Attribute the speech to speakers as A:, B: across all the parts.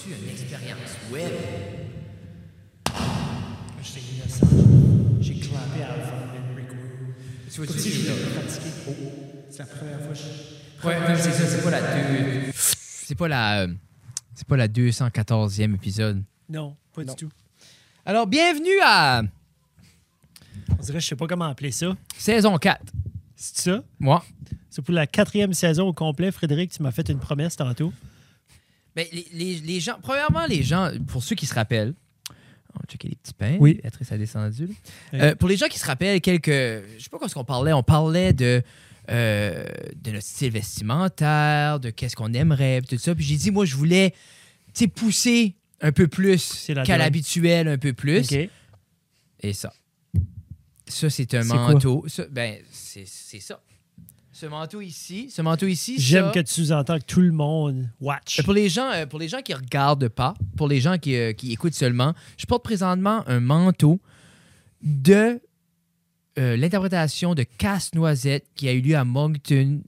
A: tu une expérience web?
B: Je t'ai mis ça. J'ai clapé à la fin de Rick
A: Tu vois,
B: Comme
A: tu
B: si je
A: dis, euh,
B: voulais pratiquer. Oh, c'est la première fois que je.
A: Ouais, non, c'est ça, c'est pas la deux- C'est pas la. euh, C'est pas la 214e épisode.
B: Non, pas
A: Non.
B: du tout.
A: Alors, bienvenue à
B: On dirait, je sais pas comment appeler ça.
A: saison 4.
B: C'est ça?
A: Moi.
B: C'est pour la quatrième saison au complet. Frédéric, tu m'as fait une promesse tantôt.
A: Ben, les, les- les gens, premièrement, les gens, pour ceux qui se rappellent, on va checker les petits pains.
B: Oui.
A: Béatrice a descendu. là.
B: Oui.
A: Euh, pour les gens qui se rappellent, quelques. Je sais pas quoi ce qu'on parlait. On parlait de. euh, de notre style vestimentaire, de qu'est-ce qu'on aimerait, puis tout ça. Puis j'ai dit, moi, je voulais, tu sais, pousser un peu plus
B: Pousser la
A: qu'à
B: donne.
A: l'habituel, un peu plus.
B: OK.
A: Et ça. Ça, c'est un
B: C'est
A: manteau. Ça, ben, c'est c'est ça. Ce manteau ici, ce manteau ici,
B: J'aime
A: ça.
B: que tu sous-entends que tout le monde watch.
A: Euh, Pour les gens, euh, pour les gens qui regardent pas, pour les gens qui, euh, qui écoutent seulement, je porte présentement un manteau de euh, l'interprétation de Casse-Noisette qui a eu lieu à Moncton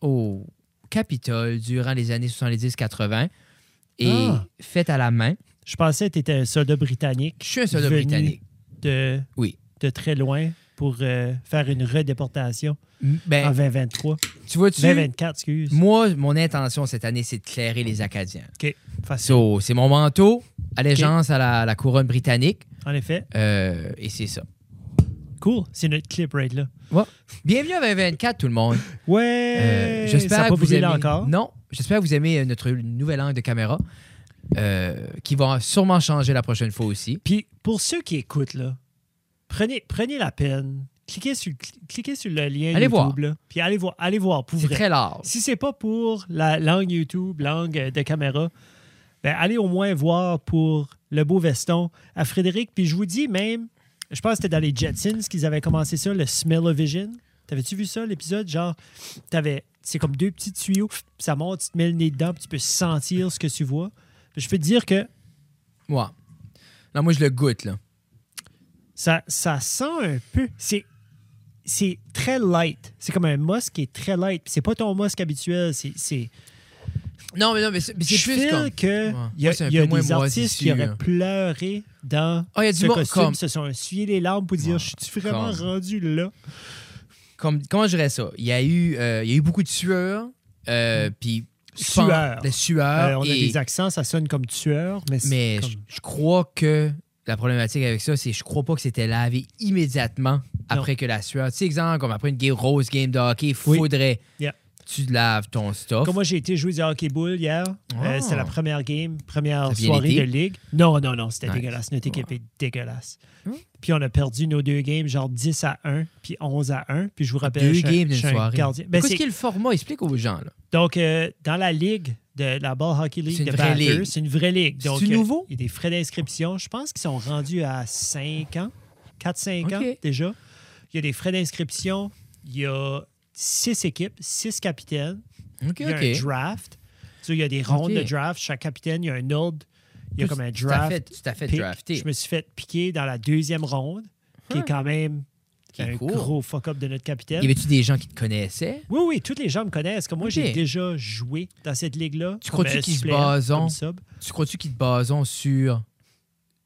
A: au Capitole durant les années 70-80 et
B: Ah.
A: faite à la main.
B: Je pensais que tu étais un soldat britannique
A: Je suis un soldat
B: Venu.
A: britannique.
B: de,
A: Oui.
B: de très loin pour euh, faire une redéportation
A: M- Ben,
B: en 2023.
A: tu vois, tu,
B: 2024, excuse.
A: moi, mon intention cette année, c'est de clairer les Acadiens.
B: OK. Facile.
A: So, c'est mon manteau, allégeance à la, la couronne britannique,
B: En effet.
A: euh, et c'est ça.
B: Cool. C'est notre clip right là.
A: Bienvenue à 2024, tout le monde.
B: Ouais.
A: Euh,
B: ça
A: j'espère
B: a
A: que
B: pas
A: vous
B: brûlé
A: aimez.
B: encore.
A: Non, j'espère que vous aimez euh, notre nouvel angle de caméra, euh, qui va sûrement changer la prochaine fois aussi.
B: Puis pour ceux qui écoutent, là, prenez, prenez la peine. Cliquez sur, cli- cliquez sur le lien
A: Allez
B: YouTube.
A: voir.
B: Là, puis allez voir. Allez voir pour
A: C'est
B: vrai.
A: très large.
B: Si c'est pas pour la langue YouTube, langue euh, de caméra, ben allez au moins voir pour le beau veston à Frédéric. Puis je vous dis même, je pense que c'était dans les Jetsons qu'ils avaient commencé ça, le Smell-O-Vision. T'avais-tu vu ça, l'épisode? Genre, t'avais, c'est comme deux petits tuyaux, puis ça monte, tu te mets le nez dedans, puis tu peux sentir ce que tu vois. Je peux te dire que
A: Ouais. Non, moi, je le goûte, là.
B: ça, ça sent un peu. C'est, c'est très light. C'est comme un mosque qui est très light. Puis C'est pas ton mosque habituel. C'est, c'est,
A: Non, mais non, mais c'est mais c'est
B: je
A: plus
B: feel
A: comme.
B: que
A: Ouais.
B: il y a,
A: Moi, c'est un
B: il y a
A: peu moins
B: des
A: moisi
B: artistes
A: dessus,
B: qui auraient
A: là.
B: pleuré dans
A: Ah, il y a
B: ce
A: du monde
B: costume,
A: comme,
B: se sont essuyés les larmes pour dire
A: Ouais,
B: Je suis vraiment
A: comme.
B: rendu là.
A: comme- Comment je dirais ça? Il y a eu, euh, il y a eu beaucoup de sueur, euh, puis.
B: Mm. Sueur.
A: De sueur.
B: Euh, on a
A: Ah, et-
B: des accents, ça sonne comme tueur, mais, c'est
A: Mais
B: comme-
A: je, je crois que la problématique avec ça, c'est je crois pas que c'était lavé immédiatement après que la sueur. Tu sais, exemple, comme après une game rose game de hockey, il
B: Oui.
A: faudrait
B: Yeah.
A: tu laves ton stuff.
B: Comme moi, j'ai été jouer du hockey ball hier.
A: Ah.
B: Euh, c'était la première game,
A: Ça a
B: première
A: bien
B: soirée
A: été?
B: de ligue. Non, non, non, c'était
A: Nice.
B: dégueulasse. Notre équipe est dégueulasse.
A: Hmm.
B: Puis on a perdu nos deux games, genre 10 à 1, puis 11 à 1. Puis je vous rappelle,
A: Deux
B: je suis un-
A: games
B: je
A: d'une
B: suis un
A: soirée.
B: gardien. Ben,
A: Qu'est-ce
B: c'est-
A: qui est le format? Explique aux gens. là.
B: Donc, euh, dans la ligue de la Ball Hockey League
A: C'est une
B: de
A: vraie
B: batteurs,
A: ligue.
B: c'est une vraie ligue.
A: C'est-tu
B: Donc, euh,
A: nouveau?
B: Il y a des frais d'inscription. Je pense qu'ils sont rendus à 5 ans, 4-5 ans
A: Ok.
B: déjà. Il y a des frais d'inscription. Il y a 6 équipes, 6 capitaines.
A: OK,
B: Il y a un
A: OK.
B: draft. Tu sais, il y a des rondes
A: Ok.
B: de draft. Chaque capitaine, il y a un ordre. Il y a
A: Toi,
B: comme un
A: tu t'as
B: draft.
A: fait- Tu t'as fait
B: pick.
A: drafter.
B: Je me suis fait piquer dans la deuxième ronde, qui est quand même
A: Qui est
B: un
A: cool.
B: gros fuck-up de notre capitaine.
A: Y avait-tu des gens qui te connaissaient?
B: Oui, oui, toutes les gens me connaissent. Comme moi,
A: Ok.
B: j'ai déjà joué dans cette ligue-là.
A: Tu crois-tu
B: Comme, euh,
A: qu'ils se hein?
B: suppléant,
A: basent
B: comme
A: en-
B: sub.
A: Tu crois-tu qu'ils te basent sur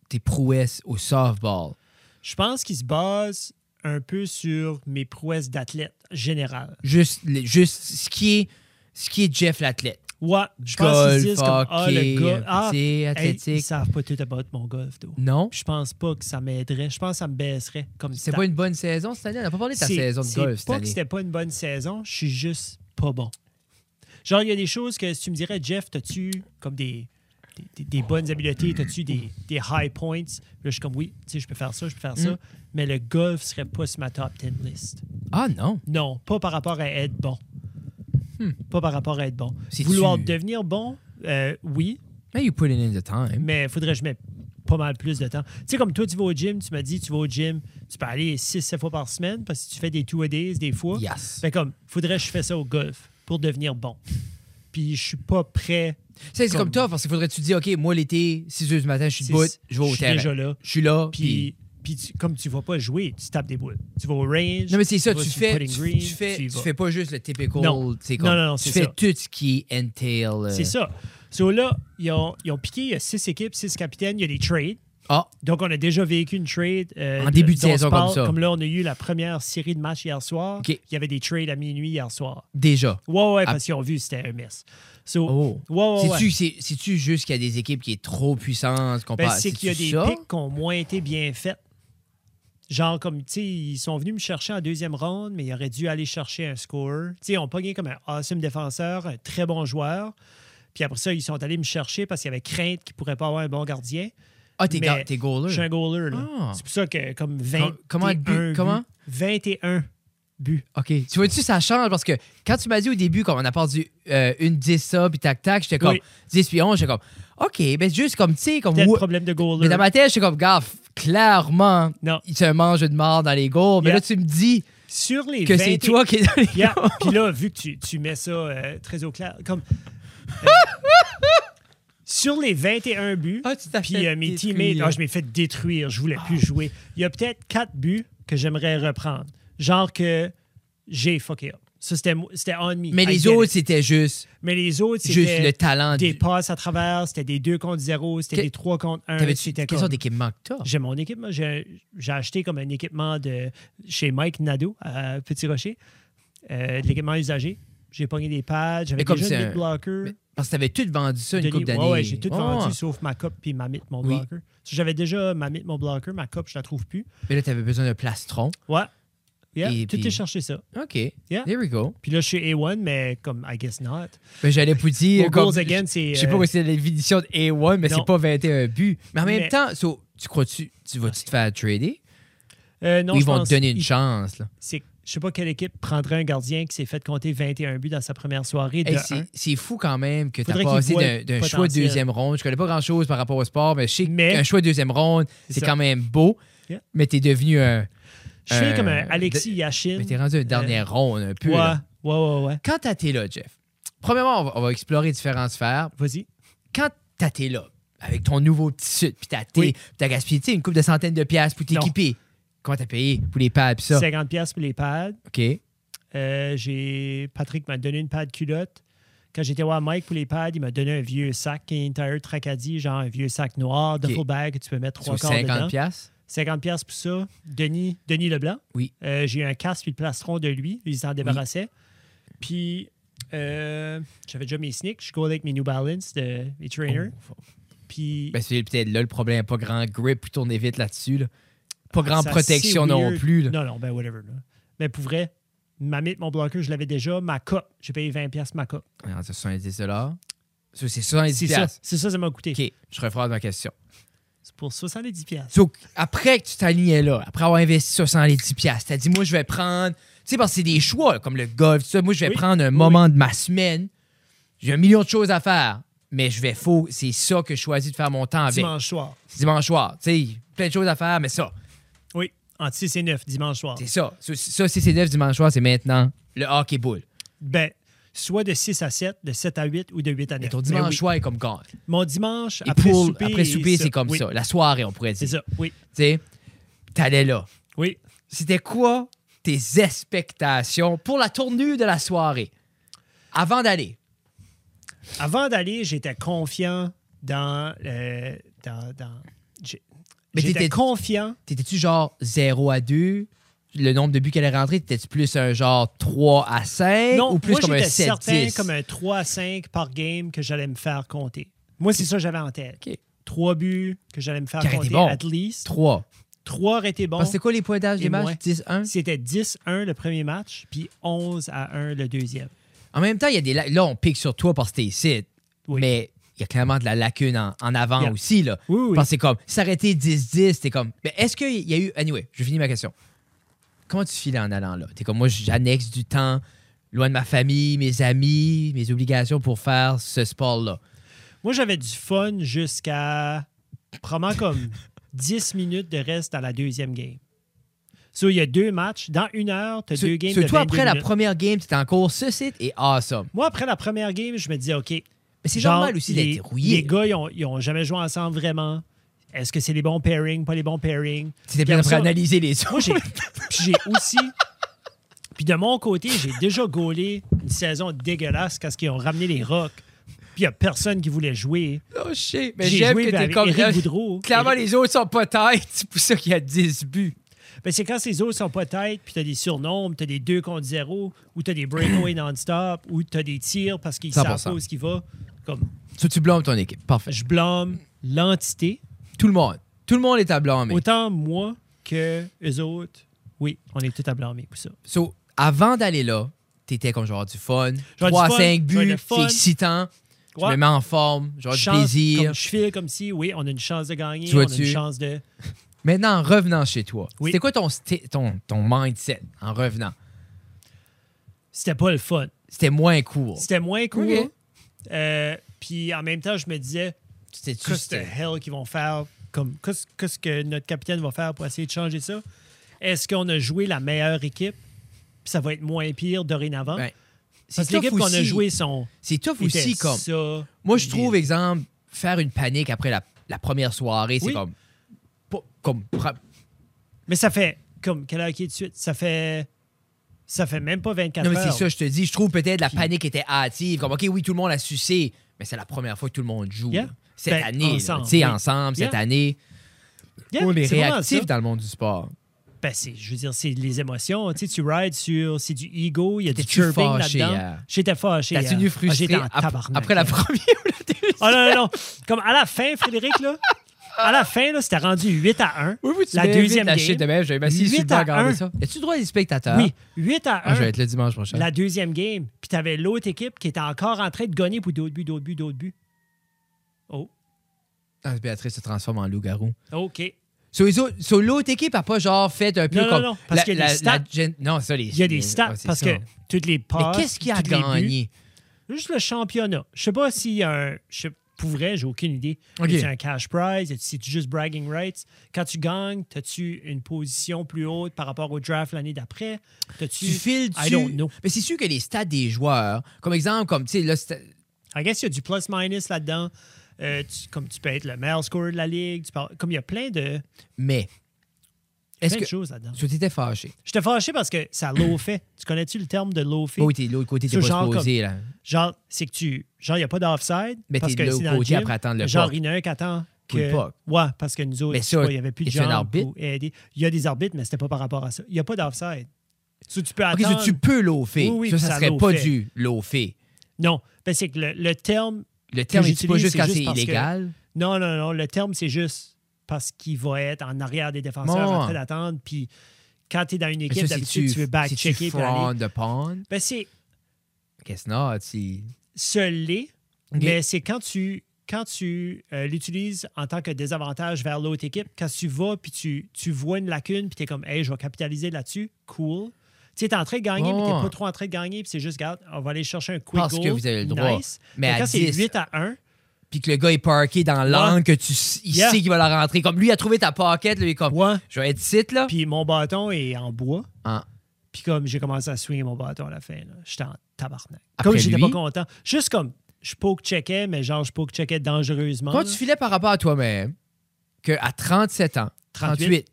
A: tes prouesses au softball?
B: Je pense qu'ils se basent un peu sur mes prouesses d'athlète général.
A: Juste, les- juste ce qui est, ce qui est Jeff l'athlète.
B: Ouais, je pense qu'ils
A: Golf,
B: se disent comme, ah, le
A: hockey,
B: gars, ah,
A: tu sais,
B: hey, ils
A: athlétique.
B: savent pas tout about mon golf, though.
A: Non?
B: Je pense pas que ça m'aiderait. Je pense que ça me baisserait comme
A: C'est
B: stat.
A: pas une bonne saison cette année. On n'a pas parlé de ta
B: C'est-
A: saison de
B: c'est
A: golf cette
B: pas que
A: année.
B: c'était pas une bonne saison, je suis juste pas bon. Genre, il y a des choses que si tu me dirais, Jeff, t'as-tu comme des, des, des- des bonnes habiletés, t'as-tu des, des high points? Là, je suis comme, oui, tu sais, je peux faire ça, je peux faire
A: Mm.
B: ça. Mais le golf serait pas sur ma top 10 list.
A: Ah non.
B: Non, pas par rapport à être bon.
A: Hmm.
B: Pas par rapport à être bon.
A: Si
B: Vouloir
A: tu-
B: devenir bon, euh, oui,
A: Mais you put it in the time.
B: mais faudrait que je mette pas mal plus de temps. Tu sais, comme toi, tu vas au gym, tu m'as dit, tu vas au gym, tu peux aller 6-7 fois par semaine parce que tu fais des two a days des fois.
A: Yes.
B: Fait comme, faudrait que je fasse ça au golf pour devenir bon. Puis je suis pas prêt.
A: C'est c'est comme
B: comme-
A: toi, parce qu'il faudrait que tu te dis, OK, moi l'été, 6 heures du matin, je suis debout,
B: C'est-
A: je vais au
B: suis
A: terrain.
B: déjà là.
A: Je suis là, puis.
B: Puis, puis tu- comme tu vas pas jouer, tu tapes des boules. Tu vas au range.
A: Non, mais c'est ça,
B: vas
A: tu
B: sur
A: fais,
B: putting
A: tu,
B: green,
A: tu fais, tu
B: y vas.
A: fais pas juste le typical.
B: Non.
A: tu sais,
B: Non,
A: comme-
B: non, non,
A: tu
B: c'est
A: fais
B: ça.
A: tout ce qui entail. euh,
B: C'est ça. So là, ils ont, ils ont piqué, il y a six équipes, six capitaines, il y a des trades.
A: Ah,
B: Donc, on a déjà vécu une trade. euh,
A: En début de
B: dont on se
A: saison comme
B: parle.
A: ça.
B: Comme là, on a eu la première série de matchs hier soir.
A: OK.
B: Il y avait des trades à minuit hier soir.
A: déjà.
B: Ouais, ouais,
A: Ah.
B: parce qu'ils ont vu c'était un mess. So,
A: Oh.
B: ouais, ouais, ouais.
A: C'est-tu c'est- c'est-tu juste qu'il y a des équipes qui est trop puissantes? qu'on
B: Ben,
A: parle-
B: c'est qu'il y a
A: c'est-tu
B: des
A: ça?
B: picks qui ont moins été bien faits. Genre, comme, tu sais, ils sont venus me chercher en deuxième ronde, mais ils auraient dû aller chercher un scorer. Tu sais, ils ont pogné comme un awesome défenseur, un très bon joueur. Puis après ça, ils sont allés me chercher parce qu'il y avait crainte qu'ils ne pourraient pas avoir un bon gardien.
A: Ah, t'es
B: mais
A: ga- t'es
B: Je suis
A: goaler.
B: un goaler, là.
A: Ah.
B: C'est pour ça que, comme
A: Com-
B: 20.
A: comment de buts? Comment?
B: 21 buts.
A: OK. Tu vois-tu, ça change parce que quand tu m'as dit au début, comme on a perdu euh, une 10 ça, puis tac-tac, j'étais comme
B: Oui.
A: 10 puis 11, j'étais comme OK, ben c'est juste comme, tu sais, comme.
B: Tel
A: ouais.
B: problème de goaler.
A: Mais dans ma tête, j'étais comme, gars, f- clairement,
B: Non.
A: il se mange de mort dans les goals. Mais
B: Yeah.
A: là, tu me dis
B: Sur les
A: que c'est
B: 20
A: toi qui es dans les
B: Yeah. Puis là, vu que tu, tu mets ça euh, très au clair, comme. euh, sur les 21 buts,
A: Ah, tu t'as
B: puis
A: fait
B: euh, mes
A: détruire. Ah.
B: teammates, ah, je m'ai fait détruire, je voulais plus jouer. Il y a peut-être 4 buts que j'aimerais reprendre. Genre que j'ai fucké up. Ça, c'était mo- c'était on me.
A: Mais
B: I
A: les
B: get it.
A: autres, c'était juste,
B: Mais les autres,
A: juste le
B: c'était
A: talent.
B: des
A: Ah, du-
B: passes à travers, c'était des 2 contre 0, c'était
A: Que-
B: des 3 contre 1.
A: T'avais-tu des questions d'équipement que t'as?
B: J'ai mon équipement. J'ai j'ai acheté comme un équipement de chez Mike Nadeau à Petit Rocher, euh, de l'équipement usagé. J'ai pogné des pads, j'avais
A: Mais comme
B: déjà
A: c'est
B: des
A: un-
B: blockers.
A: Mais- Parce que t'avais tout vendu ça une
B: de
A: couple
B: livres.
A: d'années.
B: Ouais, ouais, j'ai tout
A: Ouais,
B: vendu
A: ouais.
B: sauf ma coupe puis ma mythe, mon
A: Oui.
B: blocker. Parce que J'avais déjà ma mythe, mon blocker, ma coupe, je la trouve plus.
A: Mais là, t'avais besoin d'un plastron.
B: Ouais. Yeah,
A: Et
B: tout
A: puis-
B: est cherché ça.
A: OK.
B: Yeah.
A: There we go.
B: Puis là, je suis A1, mais comme I guess not.
A: Ben, j'allais vous dire.
B: Mon
A: comme-
B: goals again, c'est.
A: Je sais pas
B: euh,
A: si c'est la définition de A1, mais
B: Non.
A: c'est pas 21 buts. Mais en même
B: Mais-
A: temps, so, tu crois-tu, tu vas-tu te faire trader?
B: euh, non,
A: Ou ils
B: je
A: vont
B: pense-
A: te donner une
B: il-
A: chance? là?
B: c'est- Je sais pas quelle équipe prendrait un gardien qui s'est fait compter 21 buts dans sa première soirée. de
A: Hey,
B: un.
A: c'est- c'est fou quand même que tu as
B: Faudrait
A: passé
B: qu'ils voient
A: d'un
B: le
A: d'un choix de
B: potentiel.
A: deuxième ronde. Je connais pas grand-chose par rapport au sport, mais je sais
B: Mais-
A: qu'un choix de deuxième ronde,
B: C'est
A: c'est
B: ça.
A: quand même beau.
B: Yeah.
A: Mais t'es devenu un.
B: Je suis
A: Euh,
B: comme un Alexis Yachin.
A: Mais t'es rendu un dernier ronde un peu.
B: euh, Ouais,
A: là.
B: ouais, ouais, ouais.
A: Quand t'as été là, Jeff, premièrement, on va, on va explorer différentes sphères.
B: Vas-y.
A: quand t'as été là, avec ton nouveau petit sud, puis t'as été-
B: Oui.
A: puis t'as gaspillé tu sais, une coupe de centaines de piastres pour
B: Non.
A: t'équiper, comment t'as payé pour les pads, puis ça?
B: 50 pièces pour les pads.
A: OK.
B: Euh, j'ai Patrick m'a donné une pad culotte. Quand j'étais voir Mike pour les pads, il m'a donné un vieux sac Entire Tracadie, genre un vieux sac noir, duffel bag que tu peux mettre trois
A: Sur
B: quarts
A: 50
B: dedans.
A: piastres.
B: 50 pièces pour ça. Denis, Denis Leblanc.
A: Oui.
B: Euh, j'ai eu un casque puis le plastron de lui. Ils s'en débarrassaient. Puis euh, j'avais déjà mes sneaks. Je collais avec mes New Balance, de, mes trainers. Puis
A: Oh. Ben, c'est peut-être là le problème, pas grand grip, puis tourner vite là-dessus. là. Pas grande
B: Ah, Ça,
A: protection
B: c'est
A: non
B: weird.
A: plus. là.
B: Non, non, ben whatever. là. Mais pour vrai, ma mythe, mon bloqueur, je l'avais déjà. Ma cup, j'ai payé 20$ ma cup.
A: Alors, Ah, C'est 70 dollars. Ça, C'est 70
B: C'est ça,
A: piastres.
B: c'est ça, ça m'a coûté.
A: OK, je rephrase ma question.
B: C'est pour 70$.
A: So, après que tu t'alignais là, après avoir investi 70 piastres, t'as dit, moi, je vais prendre... Tu sais, parce que c'est des choix, là, comme le golf, tout ça. Moi, je vais
B: Oui.
A: prendre un
B: Oui,
A: moment de ma semaine. J'ai un million de choses à faire, mais je vais faux. C'est ça que je choisis de faire mon temps avec.
B: Dimanche soir.
A: Dimanche soir. Tu sais, plein de choses à faire, mais ça,
B: Oui, entre 6 et 9, dimanche soir.
A: c'est ça. Ça, c'est- Ça, c'est c'est neuf dimanche soir, c'est maintenant le hockey boule.
B: Ben, soit de 6 à 7, de 7 à 8 ou de 8 à 9.
A: Et ton
B: Mais
A: dimanche
B: oui.
A: soir est comme quand?
B: Mon dimanche,
A: Et
B: après,
A: pool,
B: souper,
A: après souper,
B: et
A: c'est comme
B: Oui,
A: ça. La soirée, on pourrait
B: C'est
A: dire.
B: ça, oui.
A: Tu sais, t'allais là.
B: Oui.
A: c'était quoi tes expectations pour la tournure de la soirée avant d'aller?
B: Avant d'aller, j'étais confiant dans. euh, dans, dans- j'ai-
A: Mais t'étais-
B: j'étais confiant
A: T'étais-tu genre 0 à 2? Le nombre de buts qu'elle est rentrée, t'étais-tu plus un genre 3 à 5
B: Non,
A: Eh, ou plus
B: moi,
A: comme un
B: j'étais
A: 7
B: certain
A: 10?
B: comme un 3 à 5 par game que j'allais me faire compter. Moi, c'est ça que j'avais en tête.
A: OK.
B: 3 buts que j'allais me faire
A: Qui aurait
B: compter,
A: été bon.
B: at least.
A: 3.
B: 3 auraient été bons.
A: Parce que c'est quoi les pointages
B: Et
A: des
B: moins.
A: matchs? 10-1?
B: C'était 10-1 le premier match, puis 11 à 1 le deuxième.
A: En même temps, il y a des. la- Là, on pique sur toi parce que t'es ici.
B: Oui.
A: Mais il y a clairement de la lacune en, en avant
B: Yeah.
A: aussi. Là.
B: Oui, oui.
A: Parce que c'est comme s'arrêter 10-10, t'es comme. Ben, Est-ce qu'il y a eu. Anyway, je finis ma question. Comment tu filais en allant là? T'es comme moi, j'annexe du temps loin de ma famille, mes amis, mes obligations pour faire ce sport-là.
B: Moi, j'avais du fun jusqu'à probablement comme 10 minutes de reste à la deuxième game. So, il y a deux matchs. Dans une heure, tu as
A: Sur-
B: deux games
A: sur
B: de
A: toi,
B: 22
A: après la
B: minutes.
A: première game, t'es encore ce site et awesome.
B: Moi, après la première game, je me disais, OK,
A: Mais c'est
B: Genre,
A: normal aussi
B: les-
A: d'être rouillé.
B: Les gars, ils ont, ils ont jamais joué ensemble vraiment. Est-ce que c'est les bons pairings, pas les bons pairings?
A: C'était bien
B: Puis
A: après
B: après ça,
A: analyser les autres.
B: Moi, j'ai puis j'ai aussi. Puis de mon côté, j'ai déjà gaulé une saison dégueulasse quand ils ont ramené les Rocks Puis il n'y a personne qui voulait jouer.
A: Oh shit, mais
B: J'ai
A: j'aime
B: joué
A: que t'es
B: avec
A: comme
B: Éric Boudreau.
A: Clairement,
B: Éric-
A: les autres sont pas têtes, c'est pour ça qu'il y a 10 buts.
B: Ben, c'est quand ces autres sont pas têtes, puis t'as des surnombres, t'as des 2 contre 0, ou t'as des breakaways non-stop, ou t'as des tirs parce qu'ils savent
A: 100%.
B: pas où ce qui va. Comme,
A: Ça, tu blâmes ton équipe. Parfait.
B: je blâme l'entité,
A: Tout le monde. Tout le monde est à blâmer.
B: autant moi que eux autres. Oui, on est tous à blâmer pour ça.
A: So, avant d'aller là, t'étais comme genre du fun.
B: Genre du
A: 3
B: fun,
A: 5
B: genre
A: buts,
B: de
A: c'est
B: fun.
A: excitant. Je
B: Ouais.
A: me mets en forme, genre du
B: Chance,
A: plaisir.
B: Comme, je file comme si, oui, on a une chance de gagner,
A: Tu
B: on a
A: vois-tu?
B: une chance de...
A: Maintenant, en revenant chez toi,
B: Oui.
A: c'était quoi ton, sti- ton, ton mindset en revenant?
B: C'était pas le fun.
A: C'était moins court.
B: C'était moins cool.
A: Ok.
B: Euh, puis en même temps, je me disais,
A: C'était
B: qu'est-ce
A: juste.
B: que hell qu'ils vont faire? Comme, qu'est-ce qu'est-ce que notre capitaine va faire pour essayer de changer ça? Est-ce qu'on a joué la meilleure équipe? Puis ça va être moins pire dorénavant.
A: Ben, c'est
B: hein? Parce que
A: tough
B: l'équipe qu'on a
A: aussi.
B: jouée sont.
A: C'est tough
B: était
A: aussi comme.
B: ça.
A: Moi, je trouve,
B: Des-
A: exemple, faire une panique après la, la première soirée, c'est
B: Oui.
A: comme. pas- comme pra-
B: Mais ça fait. Comme, quelle heure qui est de suite? Ça fait. Ça fait même pas 24
A: Non, mais
B: heures.
A: c'est ça, je te dis. Je trouve peut-être la panique était hâtive. Comme, OK, oui, tout le monde a sucé, mais c'est la première fois que tout le monde joue.
B: Yeah.
A: là. Cette
B: Ben,
A: année, là,
B: ensemble,
A: tu sais,
B: oui.
A: ensemble, cette
B: Yeah.
A: année.
B: Yeah,
A: on est
B: c'est vraiment ça.
A: réactif dans le monde du sport.
B: Ben, c'est, je veux dire, c'est les émotions. Tu sais, tu rides sur. C'est du ego, il y a du
A: T'étais-tu
B: chirping
A: fâché
B: là-dedans.
A: hier?
B: J'étais fâché.
A: T'as
B: hier.
A: tenu
B: Ah,
A: frustré
B: j'étais en
A: ap-
B: tabarnak.
A: après la première ou la deuxième?
B: Oh non, non, non. Comme à la fin, Frédéric, là. À la fin, là, c'était rendu 8 à 1.
A: Oui, oui, tu
B: La
A: m'as
B: deuxième
A: invité à
B: game.
A: chier de même, j'avais m'assis sur le
B: Huit
A: banc
B: à
A: à regarder
B: un.
A: ça. As-tu droit à des spectateurs?
B: Oui, 8 à 1.
A: Ah, je vais être là dimanche prochain.
B: la deuxième game. Puis t'avais l'autre équipe qui était encore en train de gagner pour d'autres buts, d'autres buts, d'autres buts. Oh,
A: Ah, Béatrice se transforme en loup-garou.
B: OK.
A: So, les autres- so, l'autre équipe a pas genre fait un peu
B: Non, non,
A: comme.
B: non, parce qu'il y a des stats.
A: gen- non, ça, les
B: Il y a des stats
A: ouais, c'est
B: parce
A: ça.
B: que toutes les
A: Mais
B: passes.
A: qu'est-ce qu'il a
B: tous les buts,
A: gagné?
B: Juste le championnat. Je sais pas s'il y a un. Je sais- pour vrai, j'ai aucune idée.
A: OK.
B: Y a un cash prize? Si tu juste bragging rights? Quand tu gagnes, as-tu une position plus haute par rapport au draft l'année d'après? T'as-tu-
A: Tu files
B: I don't
A: dessus.
B: know.
A: Mais c'est sûr que les stats des joueurs, comme exemple, comme, tu sais, là, c'était-
B: I guess il y a du plus-minus là-dedans. Euh, tu- comme tu peux être le meilleur scorer de la ligue. tu peux- comme il y a plein de,
A: Mais. Est-ce
B: plein de
A: que.
B: choses là-dedans.
A: So, t'étais fâché.
B: J'étais fâché parce que ça fait. tu connais-tu le terme de loafé?
A: Oh, t'es de l'autre côté, t'es
B: So,
A: pas
B: genre
A: supposé, là.
B: Genre, c'est que tu. Genre, il n'y a pas d'offside.
A: Mais
B: parce
A: t'es
B: que
A: de
B: c'est
A: l'autre
B: dans le
A: côté
B: gym.
A: après attendre le
B: Genre,
A: puck.
B: il y en a un qui attend.
A: Pour le
B: Que...
A: puck.
B: Ouais, parce que nous autres,
A: Mais
B: je sais
A: ça,
B: pas, il n'y avait plus de
A: est-ce un
B: gens
A: arbitre?
B: pour aider. Il y a des arbitres, mais c'était pas par rapport à ça. Il n'y a pas d'offside. So, tu peux
A: Ok, so,
B: attendre.
A: tu peux loafer.
B: Oui, oui,
A: ça,
B: puis
A: ça,
B: ça
A: serait pas
B: loafait.
A: du loafer.
B: Non, ben, c'est que le, le terme.
A: Le terme, est
B: j'utilise,
A: pas juste
B: c'est
A: quand
B: juste
A: c'est
B: parce que-
A: illégal?
B: Non, non, non. Le terme, c'est juste parce qu'il va être en arrière des défenseurs
A: Bon.
B: en train d'attendre. Puis quand tu es dans une
A: Mais ça,
B: équipe,
A: si
B: d'habitude, tu veux
A: si tu
B: back-checker. puis aller.
A: fraud the pond,
B: Ben, c'est
A: guess not. Si...
B: se l'est,
A: Ok.
B: mais c'est quand tu, quand tu euh, l'utilises en tant que désavantage vers l'autre équipe, quand tu vas puis tu, tu vois une lacune puis tu es comme, hey, je vais capitaliser là-dessus, cool. Tu es en train de gagner, mais tu
A: Ouais.
B: pas trop en train de gagner, puis c'est juste, regarde, on va aller chercher un quick
A: Oh. Parce que
B: goal.
A: vous avez le droit.
B: Nice.
A: Mais à
B: quand c'est
A: 10,
B: 8 à 1,
A: puis que le gars est parké dans l'angle que tu s- il
B: Yeah.
A: sait qu'il va la rentrer. Comme lui, il a trouvé ta pocket, lui, il est comme
B: ouais,
A: je vais être site là.
B: puis mon bâton est en bois.
A: Ah.
B: Puis comme j'ai commencé à swinguer mon bâton à la fin, là, j'étais en tabarnak.
A: Après
B: comme j'étais
A: lui?
B: pas content. Juste comme, je poke-checkais, mais genre, je poke-checkais dangereusement.
A: Quand
B: là.
A: tu filais par rapport à toi-même, qu'à 37 ans, 38,
B: 38,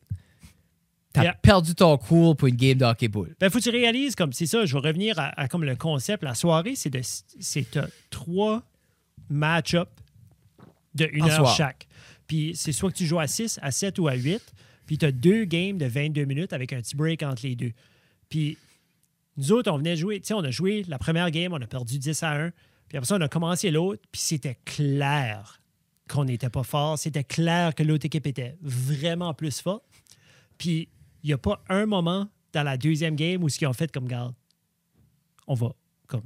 A: t'as
B: Yeah.
A: perdu ton cours pour une game de hockey ball.
B: Ben, faut que tu réalises, comme c'est ça, je vais revenir à, à comme le concept. La soirée, c'est de c'est t'as trois match-up de une
A: Par
B: heure
A: soir.
B: chaque. Puis c'est soit que tu joues à 6, à 7 ou à 8, puis tu as deux games de 22 minutes avec un petit break entre les deux. Puis nous autres, on venait jouer, tu sais, on a joué la première game, on a perdu 10 à 1, puis après ça, on a commencé l'autre, puis c'était clair qu'on n'était pas fort, c'était clair que l'autre équipe était vraiment plus forte. Puis il n'y a pas un moment dans la deuxième game où ce qu'ils ont fait comme garde. On va comme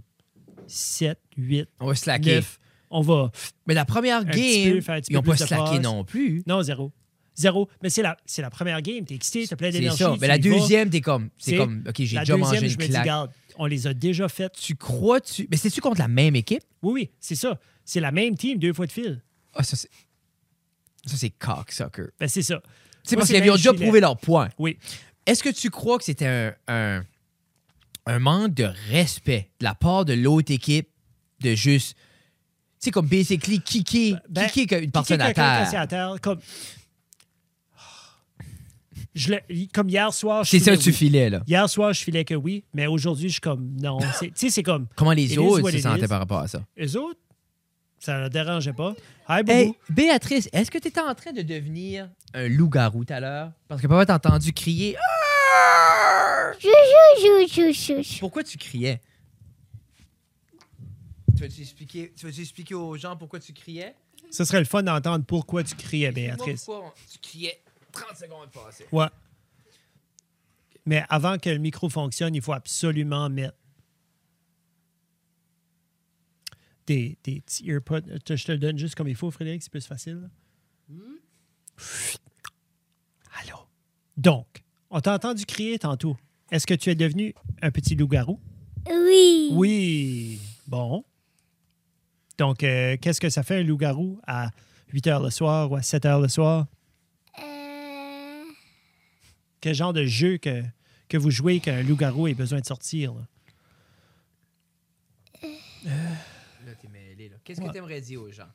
B: 7, 8,
A: On va slacker.
B: 9. On va.
A: Mais la première
B: petit
A: game,
B: peu, faire un petit
A: ils
B: peu
A: n'ont pas
B: plus de
A: slacké
B: passes.
A: non plus.
B: Non, zéro. Zéro. Mais c'est la, c'est la première game. T'es excité, t'as plein
A: C'est
B: d'énergie.
A: ça.
B: tu
A: Mais la
B: y vas.
A: deuxième, t'es comme, c'est
B: C'est
A: comme, OK, j'ai
B: La
A: déjà
B: deuxième,
A: mangé une
B: je me dis,
A: claque.
B: garde, on les a déjà faites.
A: Tu crois-tu. Mais c'est-tu contre la même équipe?
B: Oui, oui, c'est ça. C'est la même team deux fois de fil.
A: Ah, ça, c'est. Ça, c'est cocksucker.
B: Ben, c'est
A: Tu
B: ça.
A: sais,
B: Moi,
A: parce
B: c'est
A: qu'ils
B: même
A: avaient déjà
B: filet.
A: prouvé leur point.
B: Oui.
A: Est-ce que tu crois que c'était un, un, un manque de respect de la part de l'autre équipe de juste, tu sais, comme basically kicker,
B: Ben,
A: kicker une personne
B: Piquer
A: à
B: quelqu'un quand c'est
A: terre?
B: à terre, comme. Je le- comme hier soir, je
A: C'est ça
B: filais
A: que tu
B: oui.
A: filais, là.
B: Hier soir, je filais que oui, mais aujourd'hui, je suis comme non. C'est- Tu sais, c'est comme
A: Comment
B: It
A: les
B: is
A: autres
B: what
A: se
B: it
A: sentaient
B: is.
A: par rapport à ça?
B: eux autres, Ça ne dérangeait pas. Hi, Boubou.
A: Hey, Béatrice, est-ce que tu étais en train de devenir un loup-garou tout à l'heure? Parce que papa t'a entendu crier. Ah!
C: Chou, chou, chou, chou.
A: Pourquoi tu criais? Tu veux-tu expliquer, tu veux-tu expliquer aux gens pourquoi tu criais?
B: Ce serait le fun d'entendre pourquoi tu criais, Béatrice.
A: Pourquoi tu criais 30 secondes passées?
B: Ouais. Mais avant que le micro fonctionne, il faut absolument mettre des, des petits earpods. Je te- je te le donne juste comme il faut, Frédéric, c'est plus facile. là. Allô? Donc, on t'a entendu crier tantôt. Est-ce que tu es devenu un petit loup-garou?
C: Oui.
B: Oui. Bon. Donc, euh, qu'est-ce que ça fait un loup-garou à 8 heures le soir ou à 7 heures le soir?
C: Euh,
B: Quel genre de jeu que, que vous jouez qu'un loup-garou ait besoin de sortir? là?
A: Là, t'es mêlé. Là. Qu'est-ce que
B: Ouais.
A: tu aimerais dire aux gens?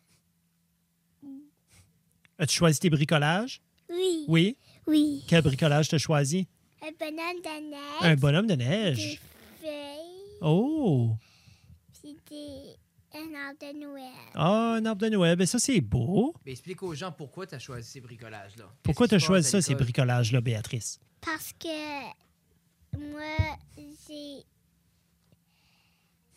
B: As-tu choisi tes bricolages?
C: oui.
B: Oui.
C: Oui.
B: Quel bricolage t'as choisi?
C: Un bonhomme de neige.
B: Un bonhomme de
C: Des
B: neige.
C: feuilles.
B: Oh!
C: Puis des... un arbre de Noël.
B: Ah, un arbre de Noël. Ben ça, c'est beau.
A: Mais explique aux gens pourquoi tu as choisi ces bricolages-là. Qu'est-ce
B: Pourquoi
A: qui
B: t'as
A: se
B: choisi ça,
A: passe à
B: ces
A: l'école?
B: bricolages-là, Béatrice?
C: Parce que moi, j'ai.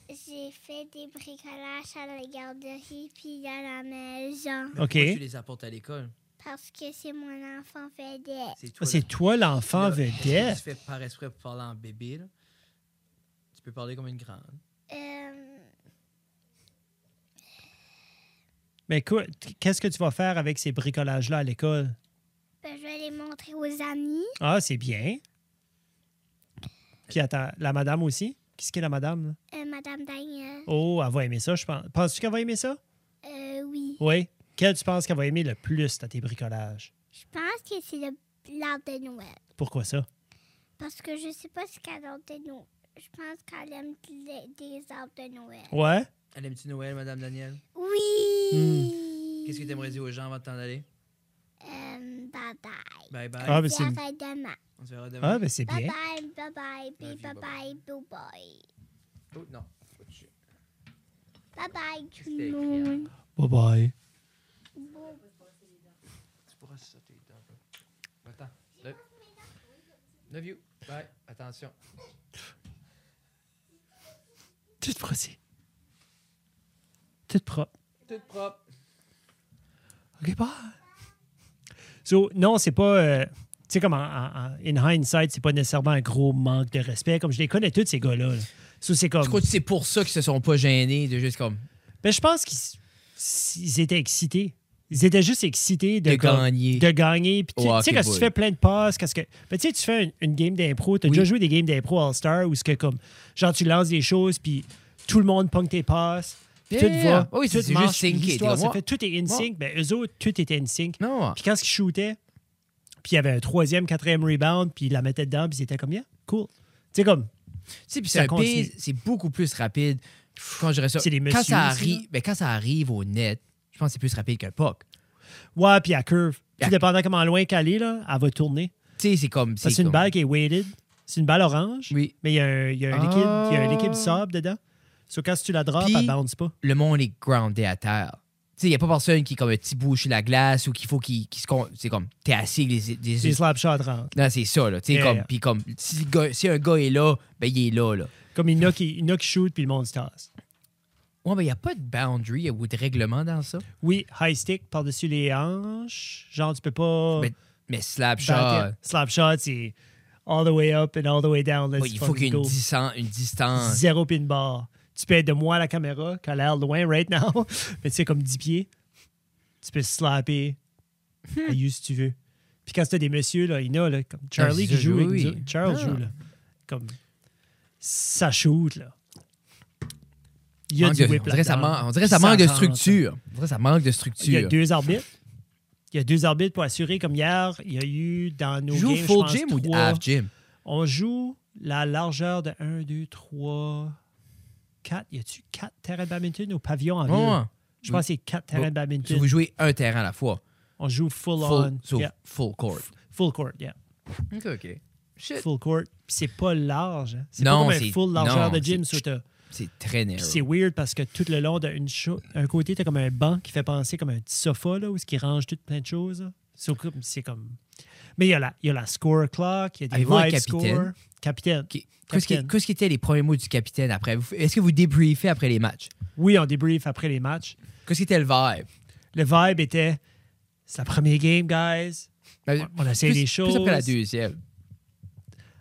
C: J'ai fait des bricolages à la garderie puis à la maison.
A: Mais
B: OK.
A: Pourquoi tu les apportes à l'école?
C: Parce que c'est mon enfant vedette.
A: C'est toi.
B: Ah, c'est
A: là.
B: toi, l'enfant
A: Là, est-ce que Tu
B: vedette.
A: fais par esprit pour parler en bébé. là? Tu peux parler comme une grande.
C: Euh,
B: Mais quoi- qu'est-ce que tu vas faire avec ces bricolages-là à l'école?
C: ben, je vais les montrer aux amis.
B: Ah, c'est bien. Puis attends, la madame aussi? Qu'est-ce qu'est la madame? là?
C: Euh, Madame Daniel.
B: Oh, elle va aimer ça, je pense. Penses-tu qu'elle va aimer ça?
C: Euh, oui.
B: Oui. Quel tu penses qu'elle va aimer le plus dans tes bricolages?
C: Je pense que c'est le- l'arbre de Noël.
B: Pourquoi ça?
C: Parce que je sais pas ce qu'elle a de Noël. Je pense qu'elle aime les- des arbres de Noël.
B: Ouais?
A: Elle aime-tu Noël, Madame Daniel?
C: Oui.
A: Hmm. Qu'est-ce que tu aimerais dire aux gens avant de t'en aller?
C: Euh, bye bye.
A: Bye bye.
B: Ah, ben c'est...
C: Bye bye demain.
A: On se verra demain.
B: Ah, ben c'est
C: Bye
B: bien.
C: bye, bye bye,
A: Love
C: bye
A: you,
C: bye, bye bye,
A: Oh, non.
C: bye bye tout
A: C'était
C: le
A: écrit, hein.
C: monde.
B: Bye-bye.
A: Tu pourras se sauter les dents, là. Attends. Love- Love you. Bye. Attention.
B: Toute brossée. Toute propre.
A: Toute propre.
B: OK, bye. So, non, c'est pas. euh, tu sais, comme en, en- en- in hindsight, c'est pas nécessairement un gros manque de respect. Comme je les connais tous, ces gars-là. là. So, c'est comme.
A: Je crois que c'est pour ça qu'ils se sont pas gênés de juste comme
B: Ben, je pense qu'ils s- ils étaient excités. Ils étaient juste excités de,
A: de
B: comme-
A: gagner.
B: De gagner. Puis, tu
A: Au
B: tu sais, quand
A: hockey
B: tu
A: ball.
B: fais plein de passes, parce que. ben, tu sais, tu fais une, une game d'impro. Tu as
A: Oui.
B: déjà joué des games d'impro All-Star où ce que, comme. Genre, tu lances des choses, puis tout le monde pogne tes passes. puis
A: Yeah.
B: Tout va.
A: Oh oui,
B: tout
A: c'est- c'est
B: marche,
A: juste
B: puis
A: syncé,
B: l'histoire
A: t'es
B: se
A: comme,
B: fait, Tout est in
A: moi.
B: sync. Ben, eux autres, tout était in sync.
A: Non.
B: Puis quand ils shootaient, puis il y avait un troisième, quatrième rebound, puis il la mettait dedans, puis ils étaient comme, yeah, cool. Tu sais, comme,
A: Tu sais, puis
B: Ça
A: c'est un
B: continue.
A: pire, c'est beaucoup plus rapide. Quand je dirais ça,
B: C'est des
A: quand ça
B: messieurs aussi, là.
A: arrive, ben, quand ça arrive au net, je pense que c'est plus rapide qu'un puck.
B: ouais, puis à curve.
A: Yeah.
B: Puis dépendant comment loin qu'elle est, là, elle va tourner.
A: Tu sais, c'est comme
B: Ça, Ah, c'est une
A: comme-
B: balle qui est weighted. C'est une balle orange,
A: Oui.
B: mais il y a un, il y a un liquide,
A: Ah.
B: il y a un liquide sable dedans. Sauf quand tu la drops,
A: Puis-
B: elle bounce pas.
A: Le monde est groundé à terre. Tu sais, il n'y a pas personne qui est comme un petit bout sur la glace ou qu'il faut qu'il qu'il se con- C'est comme, t'es assis, les, les-
B: C'est slap shot rentre.
A: Non, c'est ça, là. Tu sais,
B: Yeah,
A: comme,
B: yeah.
A: puis comme, si, le gars- si un gars est là, ben il est là, là.
B: Comme il y en a qui, il y en a qui shoot, puis le monde se tasse.
A: Ouais, ben il n'y a pas de boundary ou de règlement dans ça.
B: Oui, high stick par-dessus les hanches. Genre, tu peux pas.
A: Mais, mais slap shot,
B: back it. Slap shot, c'est all the way up and all the way down. Let's
A: ouais, il faut
B: fucking
A: qu'il y ait une,
B: go.
A: distan- une distance.
B: Zéro pin bar. Tu peux être de moi à la caméra, qui a l'air loin right now, mais tu sais, comme 10 pieds. Tu peux slapper
A: Hmm.
B: à you si tu veux. Puis quand t'as des messieurs, là, il y en a, là, comme
A: c'est
B: Charlie qui
A: ça,
B: joue. avec
A: Ah, oui.
B: nous autres. Charles
A: Ah.
B: joue, là. Comme ça shoot, là. Il y a
A: Manque
B: du
A: de-
B: whip
A: Ah, on dirait ça
B: là-dedans.
A: man- on dirait ça manque de
B: rentre.
A: structure. On dirait ça manque de
B: Il y a
A: structure.
B: deux arbitres. Il y a deux arbitres pour assurer, comme hier, il y a eu dans nos
A: Tu joues
B: games, je
A: full
B: pense,
A: gym ou
B: trois-
A: half gym?
B: on joue la largeur de 1, 2, 3, 4. Y a-tu 4 terrains de badminton au pavillon en ville?
A: Ouais, ouais.
B: Je pense que c'est 4 terrains de
A: Si
B: badminton.
A: vous jouez un terrain à la fois.
B: On joue full,
A: Full,
B: on.
A: so
B: yeah.
A: full court.
B: Full court, yeah.
A: OK, OK. Shit. Euh,
B: Full court. Puis c'est pas large. hein. C'est
A: Non,
B: pas comme un
A: c'est-
B: full largeur
A: non,
B: de gym.
A: c'est-
B: so t'as-
A: C'est très
B: Puis
A: narrow.
B: c'est weird parce que tout le long d'un cho- un côté, t'as comme un banc qui fait penser comme un petit sofa là, où ce qui range tout plein de choses. là. C'est comme- C'est comme. Mais il y, a la, il y a la score clock, il y a des
A: Avez-vous un
B: live
A: capitaine?
B: scores. Capitaine.
A: Qui- Qu'est-ce qui,
B: Capitaine.
A: qu'est-ce qui étaient les premiers mots du capitaine après? Vous- Est-ce que vous débriefez après les matchs?
B: Oui, on débrief après les matchs.
A: Qu'est-ce qui était le vibe?
B: Le vibe était c'est la première game, guys.
A: Ben,
B: On essaie
A: plus-
B: des
A: Plus
B: choses.
A: après la deuxième.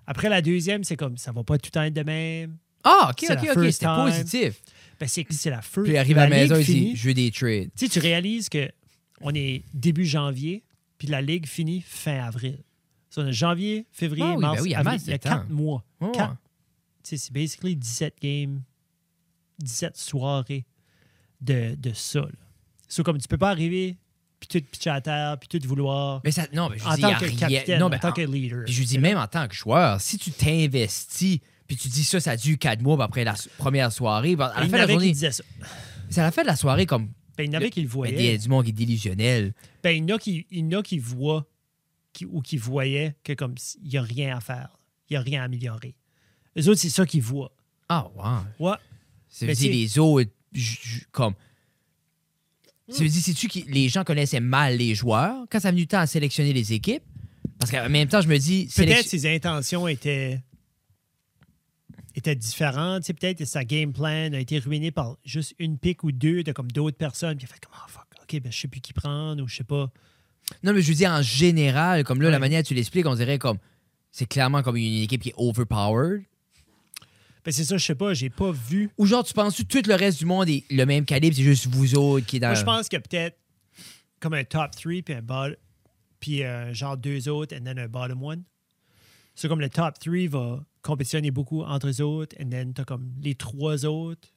B: Après la deuxième, c'est comme ça va pas tout le temps être de même.
A: Ah, ok,
B: C'est
A: ok,
B: la
A: ok,
B: first
A: c'était
B: time.
A: positif.
B: Ben, c'est c'est la feu.
A: Puis il arrive à la
B: ligue
A: maison, il
B: finit.
A: dit Je veux des trades.
B: Tu sais, tu réalises que on est début janvier, puis la ligue finit fin avril. Ça, on a janvier, février,
A: Ah oui,
B: mars,
A: ben oui, il y a
B: avril.
A: masse de
B: Il y a
A: temps.
B: quatre mois.
A: Ouais,
B: Quatre.
A: ouais.
B: Tu sais, c'est basically 17 games, 17 soirées de, de ça. là. So, comme tu peux pas arriver, puis tout pitcher à terre, puis tout vouloir.
A: Mais ça, non, mais je
B: en
A: dis, il y
B: tant
A: a
B: que
A: rien-
B: capitaine,
A: non,
B: en
A: mais
B: tant
A: en-
B: que leader.
A: Puis je lui dis, même en tant que joueur, si tu t'investis, puis tu dis ça, ça dure quatre mois puis après la so- première soirée, puis à la
B: il
A: fin
B: y en
A: de la
B: avait qui
A: journée,
B: disaient ça.
A: c'est à la fin de la soirée comme
B: Ben, il y en avait
A: Le-
B: qui le
A: ben,
B: voyaient.
A: il y a du monde qui est délusionnel.
B: Ben, il y en a qui, il y en a qui voient qui- ou qui voyaient que comme s- il n'y a rien à faire, il n'y a rien à améliorer. Les autres, c'est ça qu'ils voient.
A: Ah, wow.
B: Ouais.
A: Ça veut
B: Mais
A: dire
B: tu-
A: les autres, j- j- comme. Ça veut dire, c'est-tu que les gens connaissaient mal les joueurs quand ça a venu le temps à sélectionner les équipes? Parce qu'en même temps, je me dis,
B: Peut-être
A: sélection-
B: ses intentions étaient, étaient différentes. Tu sais, Peut-être que sa game plan a été ruinée par juste une pique ou deux de comme d'autres personnes. Puis il a fait comme Ah, fuck, ok, ben, je sais plus qui prendre ou je sais pas.
A: Non, mais je veux dire, en général, comme là, la
B: Ouais.
A: manière dont tu l'expliques, on dirait comme. C'est clairement comme une équipe qui est overpowered.
B: Ben, c'est ça, je sais pas, j'ai pas vu.
A: Ou genre, tu penses que tout le reste du monde est le même calibre, c'est juste vous autres qui est dans.
B: Moi, je pense que peut-être comme un top 3 puis un bottom, puis euh, genre deux autres, and then un bottom one. C'est comme le top 3 va compétitionner beaucoup entre eux autres, and then t'as comme les trois autres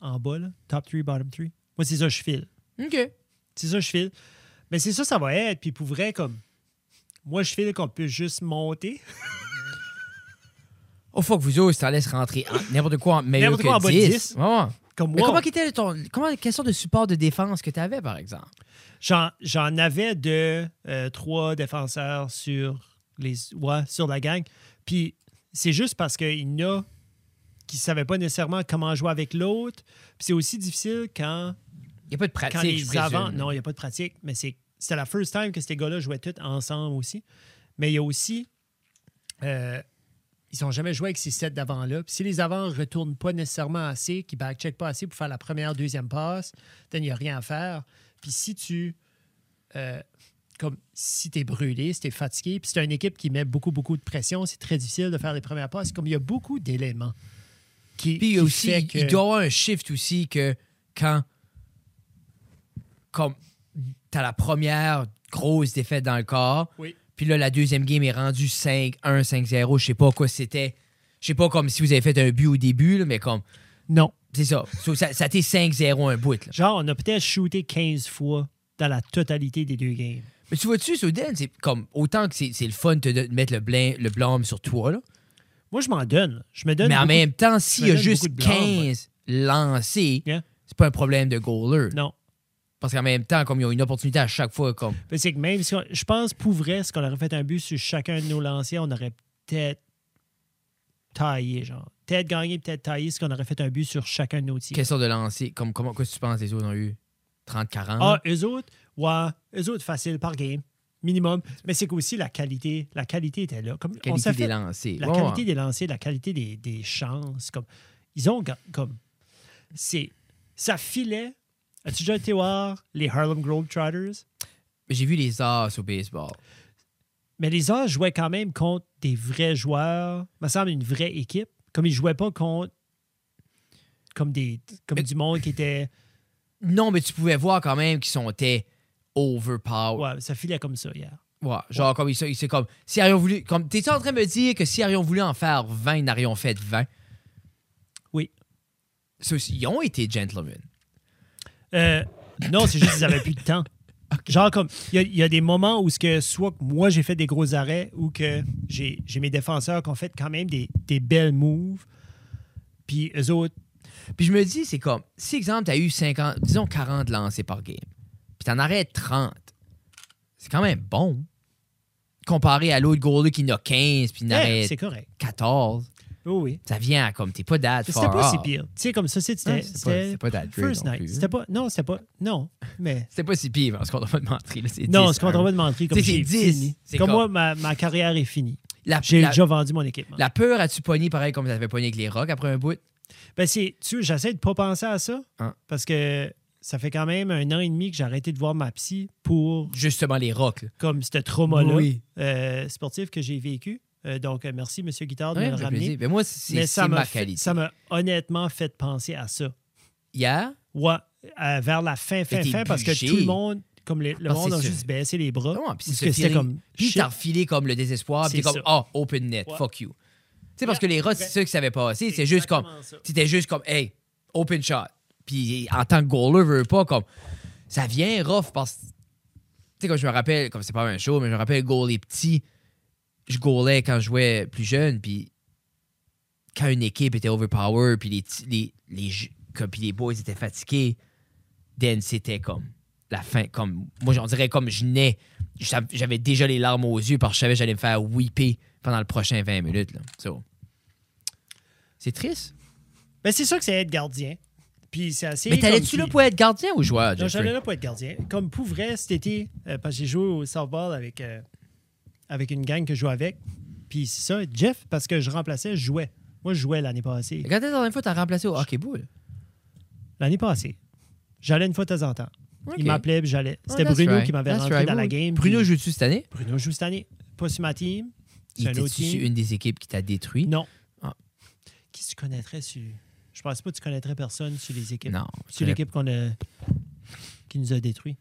B: en bas, là. top 3, bottom 3. Moi, c'est ça que je file.
A: OK.
B: C'est ça que je file. Mais c'est ça, ça va être. Puis pour vrai, comme moi, je file qu'on peut juste monter.
A: Au fond que Oh, vous autres, ça laisse rentrer en- n'importe quoi en meilleur
B: N'importe
A: que
B: quoi en bas de
A: 10.
B: 10.
A: Ouais, ouais.
B: Comme
A: Mais
B: moi,
A: comment, était ton, comment, quelle sorte de support de défense que tu avais, par exemple?
B: J'en, j'en avais de euh, trois défenseurs sur les ouais, sur la gang. Puis c'est juste parce qu'il y en a qui ne savaient pas nécessairement comment jouer avec l'autre. Puis c'est aussi difficile quand,
A: Il n'y a pas de pratique,
B: quand
A: je
B: les
A: présume.
B: avant. Non, il n'y a pas de pratique, mais c'est, c'était la first time que ces gars-là jouaient tous ensemble aussi. Mais il y a aussi. euh, ils n'ont jamais joué avec ces sept d'avant-là. Puis si les avants ne retournent pas nécessairement assez, qu'ils ne backcheckent pas assez pour faire la première, deuxième passe, then il n'y a rien à faire. Puis si tu. euh, comme si tu es brûlé, si tu es fatigué, puis si tu une équipe qui met beaucoup, beaucoup de pression, c'est très difficile de faire les premières passes. Comme il y a beaucoup d'éléments qui.
A: Puis
B: qui
A: aussi,
B: fait
A: il-
B: que-
A: il doit y avoir un shift aussi que quand, comme, t'as la première grosse défaite dans le corps,
B: Oui.
A: puis là, la deuxième game est rendue 5-1, 5-0, je sais pas quoi c'était. Je sais pas comme si vous avez fait un but au début, là, mais comme,
B: Non.
A: c'est ça. So, ça, ça t'est 5-0 un bout. là.
B: Genre, on a peut-être shooté 15 fois dans la totalité des deux games.
A: Mais tu vois-tu, Soden, c'est comme, autant que c'est c'est le fun de te mettre le, blin, le blâme sur toi, là,
B: Moi, je m'en donne. Je me donne.
A: mais en
B: beaucoup-
A: même temps, s'il y a
B: donnes
A: juste
B: beaucoup de blâme,
A: 15 lancés,
B: Yeah.
A: c'est pas un problème de goaler.
B: Non.
A: Parce qu'en même temps, comme ils ont une opportunité à chaque fois, comme.
B: Parce que même si on- je pense pour vrai, si qu'on aurait fait un but sur chacun de nos lancers, on aurait peut-être taillé, genre. Peut-être gagné, peut-être taillé, si qu'on aurait fait un but sur chacun de nos tirs.
A: Quelle sorte de lancer comme, comment, Qu'est-ce que tu penses les autres ont eu 30-40
B: Ah, eux autres, ouais, eux autres, facile par game, minimum. Mais c'est qu'aussi la qualité, la qualité était là. Comme on
A: Qualité
B: s'est
A: des
B: fait
A: lancers.
B: la
A: Ouais,
B: qualité
A: ouais.
B: des lancers, la qualité des, des chances. Comme, ils ont ga- comme. C'est. Ça filait. As-tu déjà été voir les Harlem Globetrotters?
A: J'ai vu les as au baseball.
B: Mais les As jouaient quand même contre des vrais joueurs. Il me semble une vraie équipe. Comme ils jouaient pas contre comme des comme
A: Mais-
B: du monde qui était.
A: Non, mais tu pouvais voir quand même qu'ils sont étaient overpowered.
B: Ouais, ça filait comme ça hier.
A: Ouais, genre, comme ils sont- ils- c'est comme. Si aurions voulu. Comme, t'es-tu en train de me dire que si aurions voulu en faire 20, ils n'aurions fait 20
B: Oui.
A: Ça aussi, Ils ont été gentlemen.
B: Euh, non, c'est juste qu'ils avaient plus de temps. Genre comme il y a- il y, a des moments où ce que soit que moi j'ai fait des gros arrêts ou que j'ai j'ai mes défenseurs qui ont fait quand même des, des belles moves. Puis eux autres,
A: Puis je me dis, c'est comme. Si, exemple, t'as eu 50, disons 40 lancers par game, puis t'en arrêtes 30, c'est quand même bon. Comparé à l'autre goaler qui en a 15, puis il en
B: eh,
A: arrête
B: c'est correct.
A: 14.
B: Oh oui.
A: Ça vient à comme, t'es pas dad
B: Mais
A: far
B: C'était pas si
A: off.
B: pire. Tu sais, comme ça, c'était.
A: Non, c'était pas-
B: c'était
A: c'était pas that great
B: First
A: non
B: night.
A: plus. hein.
B: C'était pas. Non, c'était pas. Non, mais.
A: C'était pas si pire, parce qu'on doit pas de mentir. là, c'est
B: Non,
A: 10,
B: ce qu'on
A: un.
B: va de mentir comme
A: hein. Tu sais,
B: j'ai
A: c'est 10,
B: fini.
A: c'est
B: Comme
A: comme-
B: moi, ma, ma carrière est finie.
A: La,
B: J'ai
A: la-
B: déjà vendu mon équipement.
A: la peur a-tu pogné pareil comme t'avais pogné avec les rocks après un bout?
B: Ben, c'est, tu sais, j'essaie de pas penser à ça
A: Hein.
B: parce que ça fait quand même un an et demi que j'ai arrêté de voir ma psy pour
A: Justement, les rocks. là.
B: comme ce trauma-là
A: Oui.
B: euh, sportif que j'ai vécu. Euh, donc, euh, merci, Monsieur Guitard, de
A: Ouais,
B: me
A: ça
B: le
A: fait
B: ramener.
A: plaisir. Mais ben moi, c'est
B: Mais
A: c'est
B: ça
A: ma
B: m'a, fait-
A: qualité.
B: ça m'a honnêtement fait penser à ça.
A: Hier,
B: Ouais, euh, vers la fin, fin,
A: t'es
B: fin, parce que
A: bugé.
B: tout le monde, comme le, le
A: Ah,
B: monde
A: c'est
B: a
A: sûr.
B: juste baissé les bras.
A: non, puis
B: parce
A: ce
B: que c'était
A: feeling-
B: comme
A: Puis
B: shit.
A: t'as refilé comme le désespoir, puis t'es
B: C'est
A: comme,
B: ça.
A: oh, open net,
B: Ouais.
A: fuck you. Tu sais, parce
B: Ouais.
A: que les rocks, c'est
B: Ouais.
A: ça qui s'avait passé. C'est juste comme,
B: Exactement ça.
A: c'était juste comme, hey, open shot. Puis en tant que goaler, veux pas, comme, ça vient rough parce que, tu sais, comme je me rappelle, comme c'est pas un show, mais je me rappelle goaler petit, je goalais quand je jouais plus jeune, puis quand une équipe était overpowered, puis les, petits- les, les, ju- comme, puis les boys étaient fatigués, then c'était comme la fin, comme, moi j'en dirais comme je nais, Je sav- j'avais déjà les larmes aux yeux parce que je savais que j'allais me faire weeper pendant le prochain 20 minutes, là. So, c'est triste.
B: Ben, c'est sûr que c'est être gardien. Puis c'est assez.
A: Mais t'allais-tu
B: comme
A: là
B: si-
A: pour être gardien ou joueur,
B: Non, j'allais
A: Jeffrey?
B: là pour être gardien. Comme pour vrai, cet été, euh, parce que j'ai joué au softball avec, euh, avec une gang que je jouais avec. Puis c'est ça, Jeff, parce que je remplaçais, je jouais. Moi, je jouais l'année passée.
A: Quand est-ce la dernière fois que t'as remplacé au hockey ball?
B: L'année passée. J'allais une fois de temps en temps.
A: Ok.
B: Il m'appelait, puis j'allais.
A: Oh,
B: C'était
A: that's
B: Bruno
A: right.
B: qui m'avait
A: That's
B: rentré
A: right.
B: dans la
A: Oui.
B: game.
A: Bruno
B: puis-
A: joue-tu cette année?
B: Bruno joue cette année. Pas sur ma team.
A: Il
B: C'est un
A: était
B: autre
A: sur
B: team.
A: une des équipes qui t'a détruit?
B: Non.
A: Ah.
B: Qui tu connaîtrais sur. Je pense pas que tu connaîtrais personne sur les équipes.
A: Non. je
B: Sur
A: connais-
B: l'équipe qu'on a... qui nous a détruits.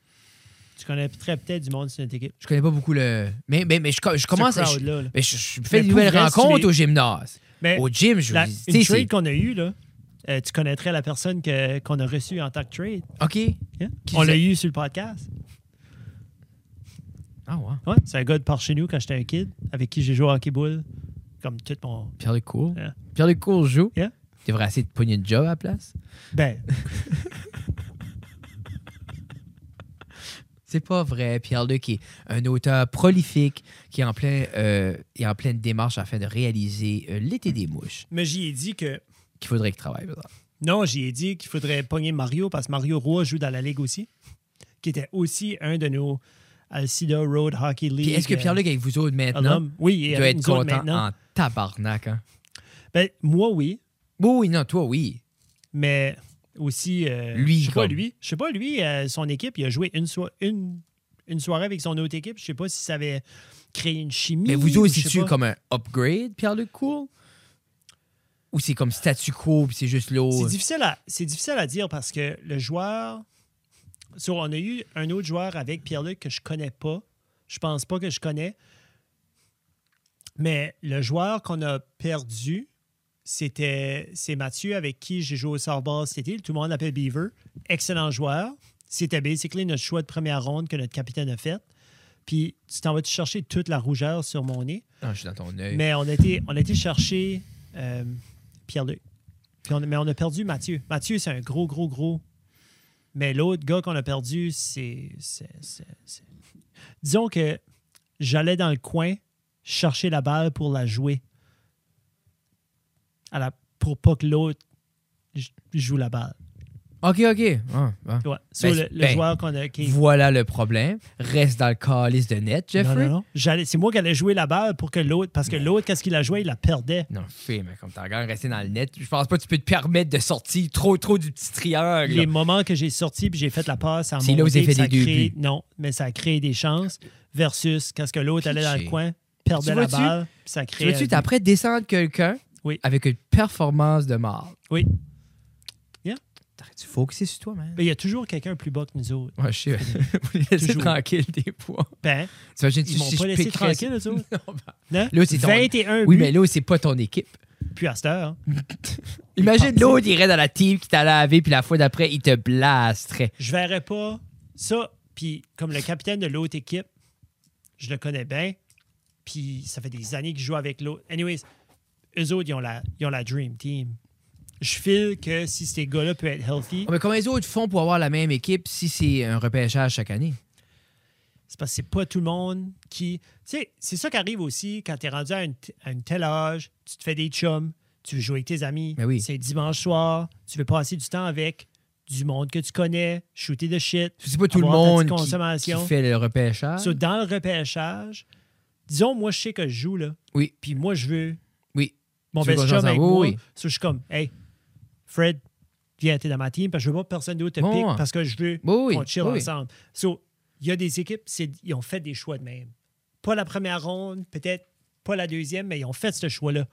B: Tu connaîtrais peut-être du monde sur notre équipe.
A: Je connais pas beaucoup le. Mais, mais, mais je, co- je commence à.
B: Ce
A: Je,
B: crowd-là, là.
A: mais je, je fais
B: Mais
A: des
B: pour
A: nouvelles
B: vrai, si tu
A: rencontres
B: les-
A: au gymnase.
B: Mais
A: Au gym, je
B: la,
A: vous dis. tu
B: une
A: sais, c'est-
B: trade qu'on a eue, là, euh, tu connaîtrais la personne que- qu'on a reçue en tant que trade.
A: OK.
B: hein?
A: Qui
B: On l'a
A: c'est?
B: eu sur le podcast.
A: Ah, ouais.
B: Ouais, c'est un gars de par chez nous quand j'étais un kid, avec qui j'ai joué au hockey-ball. Comme tout mon.
A: Pierre Lecourt.
B: Yeah.
A: Pierre Lecourt joue.
B: Yeah.
A: Tu devrais essayer de pogner une job à la place.
B: Ben,
A: C'est pas vrai. Pierre-Luc est un auteur prolifique qui est en, plein, euh, est en pleine démarche afin de réaliser euh, L'été des mouches,
B: mais j'y ai dit que.
A: qu'il faudrait qu'il travaille. par exemple.
B: Non, j'y ai dit qu'il faudrait pogner Mario parce que Mario Roy joue dans la ligue aussi, qui était aussi un de nos Alcida Road Hockey League.
A: Puis est-ce que
B: euh, ah
A: Pierre-Luc, avec vous autres maintenant,
B: alum. Oui, il
A: doit être content
B: euh, maintenant.
A: en tabarnak? Hein?
B: Ben, moi, oui,
A: Oui, oui, non, toi, oui.
B: mais aussi. euh,
A: Lui,
B: Je sais pas,
A: comme.
B: lui. Je sais pas, lui, euh, son équipe, il a joué une, so- une, une soirée avec son autre équipe. Je sais pas si ça avait créé une chimie.
A: Mais vous
B: ou
A: autres,
B: je sais
A: c'est-tu
B: pas.
A: comme un upgrade, Pierre-Luc Cool? Ou c'est comme statu quo, puis c'est juste l'eau?
B: C'est difficile, à- c'est difficile à dire parce que le joueur. sur- on a eu un autre joueur avec Pierre-Luc que je connais pas. Je pense pas que je connais. Mais le joueur qu'on a perdu, c'était c'est Mathieu avec qui j'ai joué au softball cet été. Tout le monde l'appelle Beaver. Excellent joueur. C'était basically notre choix de première ronde que notre capitaine a fait. Puis tu t'en vas-tu chercher toute la rougeur sur mon nez?
A: Non, je suis dans ton œil.
B: Mais on a été, on a été chercher euh, Pierre-Luc. Puis on- mais on a perdu Mathieu. Mathieu, c'est un gros, gros, gros. Mais l'autre gars qu'on a perdu, c'est. c'est- c'est- c'est- Disons que j'allais dans le coin chercher la balle pour la jouer. À la, pour pas que l'autre j- joue la balle.
A: OK, OK. Ah, ah.
B: Ouais. Sur
A: Ben,
B: le,
A: c'est-
B: le
A: ben,
B: joueur qu'on a. qui-
A: Voilà le problème. Reste dans le calice de net,
B: Non,
A: Jeffrey. Ben.
B: non, non. J'allais- C'est moi qui allais jouer la balle pour que l'autre. Parce que l'autre, qu'est-ce qu'il a joué, il la perdait.
A: Non, fais, mais comme t'as regardé rester dans le net, je pense pas que tu peux te permettre de sortir trop, trop du petit triangle.
B: les moments que j'ai sorti puis j'ai fait la passe en
A: C'est là où vous avez
B: montée,
A: fait
B: ça
A: des deux
B: crée-
A: buts.
B: Non, mais ça a créé des chances versus quand ce que l'autre allait dans
A: Pitché.
B: le coin, perdait
A: Tu
B: la
A: vois-tu?
B: balle, puis ça
A: Tu
B: crée.
A: veux-tu
B: un but.
A: après descendre quelqu'un
B: Oui.
A: avec une performance de mort?
B: Oui.
A: T'aurais-tu focusé sur toi, man?
B: Mais il y a toujours quelqu'un plus bas que nous autres.
A: Ouais, je sais. Vous les laissez
B: Toujours.
A: tranquilles, des points.
B: Ben,
A: T'imagines-tu
B: ils m'ont
A: si
B: pas
A: je
B: laissé
A: piquerais-
B: tranquille, eux autres. hein?
A: Non, ben,
B: Non?
A: Là, c'est ton-
B: 21
A: Oui,
B: buts,
A: mais là, c'est pas ton équipe.
B: puis à cette heure. hein.
A: Imagine
B: parti.
A: l'autre irait dans la team qui t'a lavé, puis la fois d'après, il te blasterait.
B: Je verrais pas ça. Puis comme le capitaine de l'autre équipe, je le connais bien. Puis ça fait des années qu'ils jouent avec l'autre. Anyways, eux autres, ils ont la, ils ont la Dream Team. Je feel que si ces gars-là peuvent être healthy,
A: Oh, mais comment les autres font pour avoir la même équipe si c'est un repêchage chaque année?
B: C'est parce que c'est pas tout le monde qui. Tu sais, c'est ça qui arrive aussi quand tu es rendu à, une t- à une tel âge, tu te fais des chums, Tu veux jouer avec tes amis.
A: Ben oui.
B: C'est dimanche soir. Tu veux passer du temps avec du monde que tu connais, shooter de shit.
A: C'est pas tout le
B: avoir ta
A: monde
B: petite
A: qui- qui,
B: consommation.
A: fait le repêchage.
B: So, dans le repêchage, disons, moi, je sais que je joue, là.
A: Oui.
B: Puis moi, je veux.
A: Oui.
B: Mon
A: Tu veux
B: best
A: qu'on
B: job
A: s'en
B: avec
A: va,
B: moi.
A: oui.
B: So, je suis comme, hey, Fred, viens, t'es dans ma team, parce que je veux pas que personne d'autre te
A: Ouais,
B: pique,
A: ouais.
B: parce que je veux
A: Oui, oui,
B: qu'on chill
A: oui.
B: ensemble. So, il y a des équipes, c'est- ils ont fait des choix de même. Pas la première ronde, peut-être pas la deuxième, mais ils ont fait ce choix-là.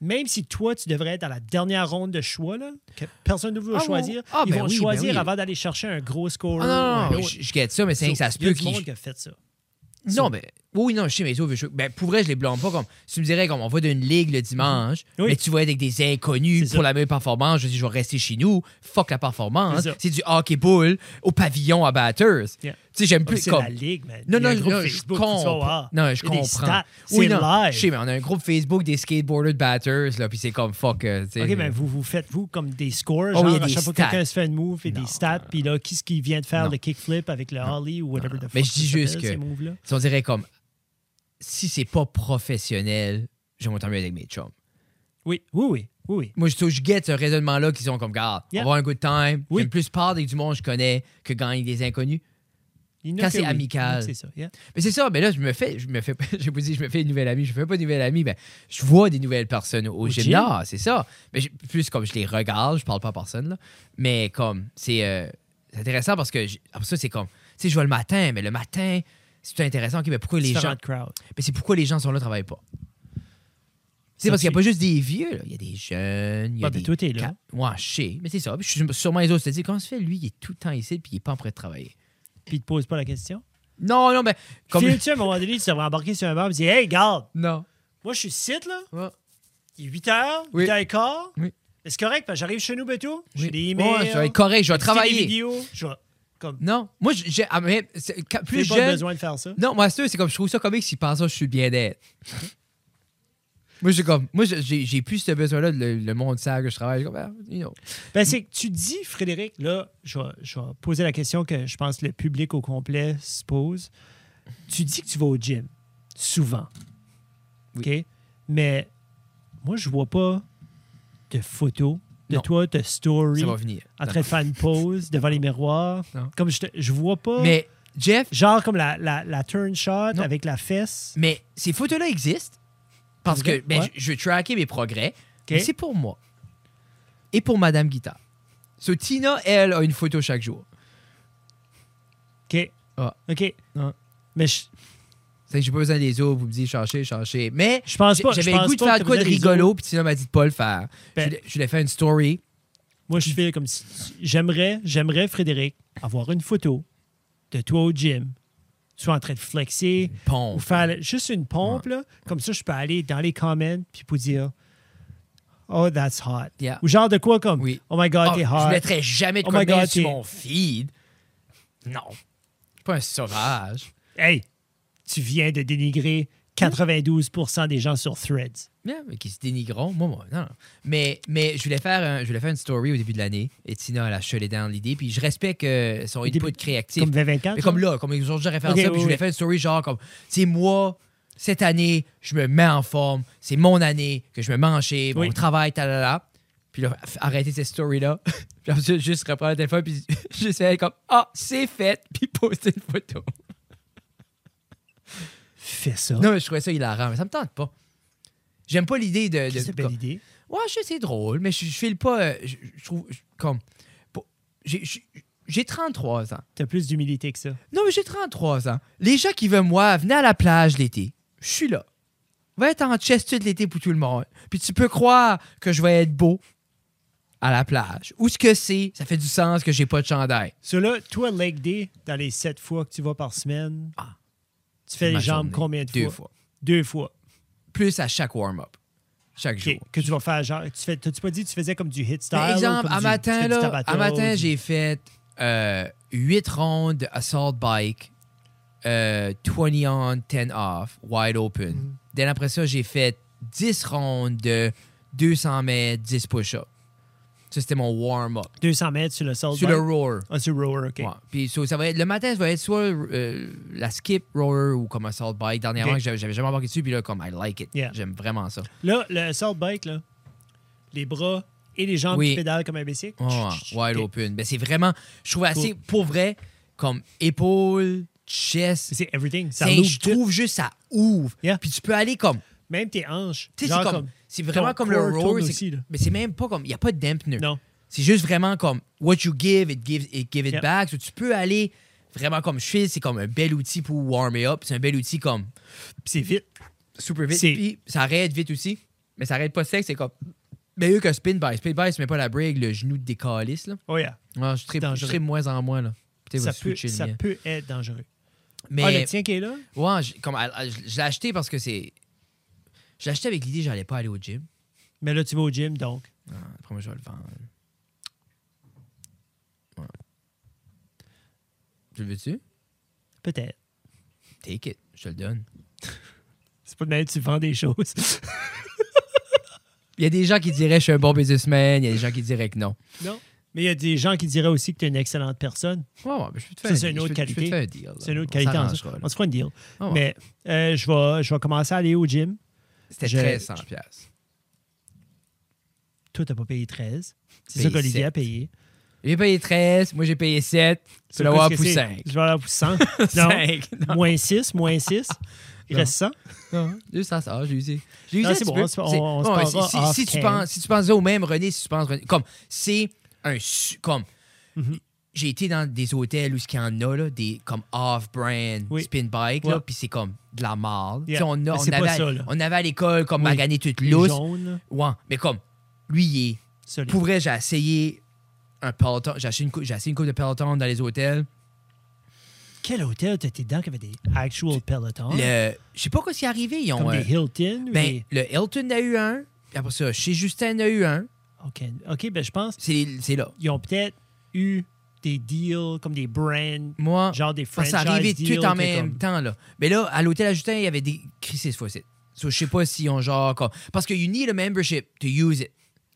B: Même si toi, tu devrais être dans la dernière ronde de choix, là, que personne ne veut
A: Ah, ouais.
B: choisir,
A: Ah,
B: ils
A: ben
B: vont
A: oui, ben
B: choisir
A: oui.
B: avant d'aller chercher un gros
A: Ah
B: scorer.
A: non, non,
B: ou un
A: non,
B: autre.
A: je, je guette ça, mais c'est
B: So,
A: que ça se
B: il y a
A: peut
B: du monde
A: qu'il.
B: qui a fait ça.
A: Non, mais. Oui, non, je sais, mais ça, je- ben, pour vrai, je les blâme pas. Comme, si tu me dirais, comme, on va d'une ligue le dimanche,
B: Mhm. Oui.
A: mais tu vas être avec des
B: C'est
A: inconnus
B: ça.
A: pour la même performance, je dis, je vais rester chez nous, fuck la performance.
B: C'est ça.
A: C'est du hockey-ball au pavillon à batters.
B: Yeah.
A: Tu sais, j'aime
B: Ah,
A: plus.
B: c'est
A: comme-
B: la ligue, man.
A: Non,
B: Il y a un
A: non,
B: groupe
A: non, je
B: Facebook, tu vas
A: comprends.
B: voir.
A: Non, je
B: Il y a des
A: comprends.
B: stats,
A: Oui,
B: c'est
A: non,
B: live.
A: je sais, mais on a un groupe Facebook des skateboarders batters, là, puis c'est comme fuck. euh, tu sais,
B: OK, ben,
A: je-
B: mais vous, vous faites, vous, comme des scores,
A: Oh,
B: genre,
A: il y a
B: à
A: des
B: chaque fois que
A: stats.
B: quelqu'un se fait une move, et
A: Non.
B: des stats, puis là, qui ce qui vient de faire
A: Non.
B: le kickflip avec le ollie ou whatever the fuck
A: Mais je dis
B: ça
A: juste
B: s'appelle,
A: que-
B: ces moves-là.
A: Si on dirait comme si c'est pas professionnel, je m'entends mieux avec mes chums.
B: Oui, oui, oui, oui, oui.
A: Moi, je, je guette ce raisonnement-là qu'ils ont comme, garde,
B: Yeah.
A: on va avoir un good time.
B: Oui.
A: J'aime plus part avec du monde que je connais que gagner avec des inconnus.
B: Il y en a
A: Quand
B: que
A: c'est
B: oui.
A: amical.
B: Il y en a que C'est ça, yeah.
A: Mais c'est ça, mais là, je me fais, je me fais, j'ai pas dit, je me fais une nouvelle amie, je me fais pas de nouvelle amie, mais je vois des nouvelles personnes au,
B: gym.
A: gymnase, c'est ça. Mais j'ai- plus comme je les regarde, je parle pas à personne, là. Mais comme, c'est euh, c'est intéressant parce que, j'ai- après ça, c'est comme, tu sais, je vois le matin, mais le matin, c'est tout intéressant, ok, mais pourquoi les gens,
B: Différentes crowds.
A: mais c'est pourquoi les gens sont là, travaillent pas. C'est
B: Ça,
A: parce qu'il n'y
B: tu-
A: a pas juste des vieux, là. il y a des jeunes, il y a
B: Ouais, mais
A: des...
B: toi, t'es là.
A: Moi, je sais, mais c'est ça. Puis Je suis sûrement les autres, c'est-à-dire, comment se fait, lui, il est tout le temps ici puis il est pas en train de travailler.
B: Puis il te pose pas la question.
A: Non, non, mais... Comme...
B: Comme... tu à un moment donné, tu devrais embarquer sur un bar et dire Hey, garde,
A: Non.
B: moi, je suis site, là.
A: Ouais.
B: Il est 8 h, 8
A: Oui.
B: h 15
A: Oui.
B: Mais C'est correct, parce que j'arrive chez nous, bientôt. J'ai
A: Oui.
B: des
A: Ouais,
B: emails.
A: je vais être correct, je vais
B: j'ai des
A: travailler.
B: vidéos. Je vais- Comme,
A: Non, moi, je- j'ai. ah, mais c'est- quand- plus
B: j'ai pas
A: jeune.
B: besoin de faire ça.
A: Non, moi, c'est c'est comme je trouve ça comique s'ils pensent que je suis bien d'être. moi, j'ai comme. Moi, j'ai- j'ai j'ai plus ce besoin-là, de le, le monde sait que je travaille. Je suis comme, ah, you know.
B: Ben, c'est que tu dis, Frédéric, là, je vais, je vais poser la question que je pense le public au complet se pose. Tu dis que tu vas au gym, souvent.
A: Oui.
B: OK? Mais moi, je vois pas de photos de
A: Non.
B: toi, de story,
A: Ça va venir.
B: en
A: Non,
B: train de faire une pause devant les miroirs.
A: Non.
B: Comme je, te- je vois pas.
A: non. Mais, Jeff,
B: Genre comme la, la, la turn shot
A: Non.
B: avec la fesse.
A: mais ces photos-là existent parce
B: C'est vrai?
A: que ben,
B: Ouais.
A: je, je veux tracker mes progrès.
B: OK?
A: mais C'est pour moi et pour Madame Guitare. So, Tina, elle, a une photo chaque jour.
B: OK.
A: Ah.
B: OK.
A: Ouais.
B: Mais je,
A: C'est que j'ai pas besoin des autres, vous me dites changer, changer. Mais
B: je pense Ah, pas. je
A: J'avais le
B: pense
A: goût de
B: pas
A: faire
B: que
A: de quoi de
B: t'as besoin des
A: rigolo, puis Tina m'a dit de pas le faire.
B: Ben-
A: je, lui- je lui ai fait une story.
B: Moi, je fais comme si. J'aimerais, j'aimerais, Frédéric, avoir une photo de toi au gym. Tu es en train de flexer
A: Bon.
B: ou faire la- juste une pompe, là. Comme ça, je peux aller dans les comments puis pour dire Oh, that's hot.
A: Yeah.
B: Ou genre de quoi comme
A: Oui.
B: Oh my God,
A: Ah,
B: t'es
A: je
B: hot.
A: mettrais jamais de
B: Oh my
A: commentaires
B: God,
A: sur
B: t'es-
A: mon feed. Non. Je suis pas un sauvage.
B: Hey, tu viens de dénigrer 92 des gens sur Threads.
A: Non, mais qui se dénigront. Moi, moi, non. Mais, mais je, voulais faire un- je voulais faire une story au début de l'année. Et Tina, elle a chelé dans l'idée. Puis je respecte euh, son
B: Au début-
A: input créatif.
B: Comme 24.
A: Mais comme là, comme aujourd'hui, j'aurais fait
B: Ah, Ok,
A: ça,
B: oui,
A: puis je voulais
B: oui.
A: faire une story genre comme, c'est moi, cette année, je me mets en forme, c'est mon année que je me mets en shape,
B: Oui.
A: on travaille, talala. Puis là, f- arrêter cette story-là. puis ensuite, juste reprendre le téléphone, puis juste faire comme, ah, c'est fait, puis poster une photo.
B: Fais ça.
A: Non, mais je trouvais ça hilarant, mais ça me tente pas. J'aime pas l'idée de. de-
B: C'est une belle
A: comme-
B: idée.
A: Ouais, je sais, c'est drôle, mais je, je file pas. euh, Je, je trouve. je- comme. pour- j'ai- j'ai- J'ai 33 ans.
B: T'as plus d'humilité que ça.
A: Non, mais j'ai 33 ans. Les gens qui veulent moi, venez à la plage l'été. Je suis là. Va être en chest tout l'été pour tout le monde. Puis tu peux croire que je vais être beau à la plage. Où ce que c'est, ça fait du sens que j'ai pas de chandail.
B: So là, toi, leg day, dans les sept fois que tu vas par semaine,
A: Ah.
B: tu fais les
A: Ma journée,
B: jambes combien de
A: Deux
B: fois?
A: fois.
B: Deux fois.
A: Plus à chaque warm-up. Chaque
B: OK.
A: jour.
B: Que tu vas faire genre. Tu fais, t'as-tu pas dit que tu faisais comme du hit style?
A: Par exemple,
B: comme
A: à
B: du- tu
A: matin,
B: fais du
A: là,
B: Tabata,
A: à matin,
B: du-
A: j'ai fait euh, 8 rondes de assault bike, euh, 20 on, 10 off, wide open.
B: Mm.
A: Dès après ça, j'ai fait 10 rondes de 200 mètres, 10 push-ups. Ça, c'était mon warm-up.
B: 200 mètres sur le sol.
A: Sur le roar.
B: Ah, sur le rower, OK.
A: Ouais. Puis so, ça va être, le matin, ça va être soit euh, la skip roller ou comme assault bike. Dernièrement,
B: Ok.
A: j'avais j'avais jamais embarqué dessus, puis là, comme I like it.
B: Yeah.
A: J'aime vraiment ça.
B: Là, le salt bike, là, les bras et les jambes
A: Oui.
B: qui pédalent comme un bicycle.
A: Oh,
B: Tch, tch, tch,
A: wide
B: ok.
A: open. Ben, c'est vraiment, je trouve assez, pour vrai, comme épaule, chest.
B: C'est everything. Ça
A: C'est-
B: l'ouvre
A: Je
B: tout.
A: trouve juste ça ouvre.
B: Yeah.
A: Puis tu peux aller comme.
B: Même tes hanches.
A: Tu sais,
B: genre
A: c'est comme.
B: comme-
A: C'est vraiment
B: ton
A: comme le
B: corps
A: rower.
B: tourne
A: c'est-
B: aussi, là.
A: Mais c'est même pas comme. Il n'y a pas de dampener.
B: Non.
A: C'est juste vraiment comme what you give, it gives it give it
B: Yep.
A: back. So, tu peux aller vraiment comme je fais, c'est comme un bel outil pour warmer up. C'est un bel outil comme
B: Puis c'est vite.
A: super vite.
B: C'est-
A: Puis ça arrête vite aussi, mais ça arrête pas sec. C'est comme meilleur que spin by. Spin by, tu mets pas la brigue, le genou te décalisse. Là.
B: Oh yeah.
A: Ah, je tripe je
B: Dangereux.
A: tripe moins en moins. Là. Peut-être
B: Ça,
A: va
B: peut,
A: switcher le
B: ça
A: mien.
B: peut être dangereux. Ah, le
A: Mais
B: tien qui est là?
A: ouais, je- comme, à- à- je je l'ai acheté parce que c'est. Je l'ai acheté avec l'idée que j'allais pas aller au gym.
B: Mais là, tu vas au gym, donc.
A: Ah, après, moi, je vais le vendre. Ouais. Tu le veux-tu?
B: Peut-être.
A: Take it, je te le donne.
B: C'est pas de même que tu vends des choses.
A: Il y a des gens qui diraient je suis un bon businessman, il y a des gens qui diraient que non.
B: non. Mais il y a des gens qui diraient aussi que tu es une excellente personne.
A: Ouais, ouais, mais je peux te faire
B: Ça,
A: un
B: c'est
A: deal,
B: une autre
A: je peux- je peux te
B: qualité.
A: faire un deal, là.
B: C'est une autre
A: On
B: qualité. en
A: s'arrangera,
B: ça.
A: là.
B: On se fera un deal.
A: Ah ouais.
B: Mais euh, je, vais, je vais commencer à aller au gym.
A: C'était
B: je-
A: 1300 piastres.
B: Toi, t'as pas payé 13. C'est
A: Paye
B: ça qu'Olivier a
A: sept.
B: payé.
A: J'ai payé 13, moi j'ai payé 7, tu
B: C'est
A: l'as
B: quoi
A: avoir
B: ce que
A: pour
B: c'est?
A: 5.
B: Je vais avoir pour 100. non. Moins 6, moins 6. Il
A: Non.
B: reste 100.
A: Juste ça, ça, j'ai usé. J'ai usé
B: Non,
A: un
B: c'est
A: petit
B: bon,
A: peu.
B: on se- on- on se
A: ouais,
B: parlera
A: c'est- si-
B: off
A: si tu
B: cam.
A: penses, si tu pensais au même René, si tu penses René- comme c'est un su- comme
B: Mhm.
A: j'ai été dans des hôtels où ce qu'il y en a là, des comme off-brand
B: Oui.
A: spin bike
B: Ouais.
A: là, puis c'est comme de la marde.
B: Yeah.
A: Tu sais, On, a-
B: Mais
A: on
B: c'est pas
A: avait, à-
B: ça, là.
A: on avait à l'école comme
B: Oui.
A: magané toute
B: Les
A: lousse.
B: jaunes,
A: Ouais, mais comme lui il est
B: solides.
A: pour vrai, j'ai essayé un peloton, j'ai acheté une, cou- j'ai essayé une coupe de peloton dans les hôtels.
B: Quel hôtel t'étais dedans qui avait des actual pelotons?
A: Le, je sais pas quoi s'est arrivé, ils ont
B: Comme
A: euh,
B: des Hilton? ou
A: ben,
B: des-
A: le Hilton a eu un, puis après ça, chez Justin en a eu un.
B: OK, OK, ben je pense
A: C'est c'est là.
B: qu'ils ont peut-être eu des deals comme des brands,
A: Moi,
B: genre des
A: ça
B: franchise
A: s'est arrivé
B: deals,
A: tout en
B: que
A: même
B: comme-
A: temps. Là. Mais là, à l'hôtel à Justin, il y avait des crises fois ci So, je sais pas si on genre. comme- Parce que you need a membership to use it.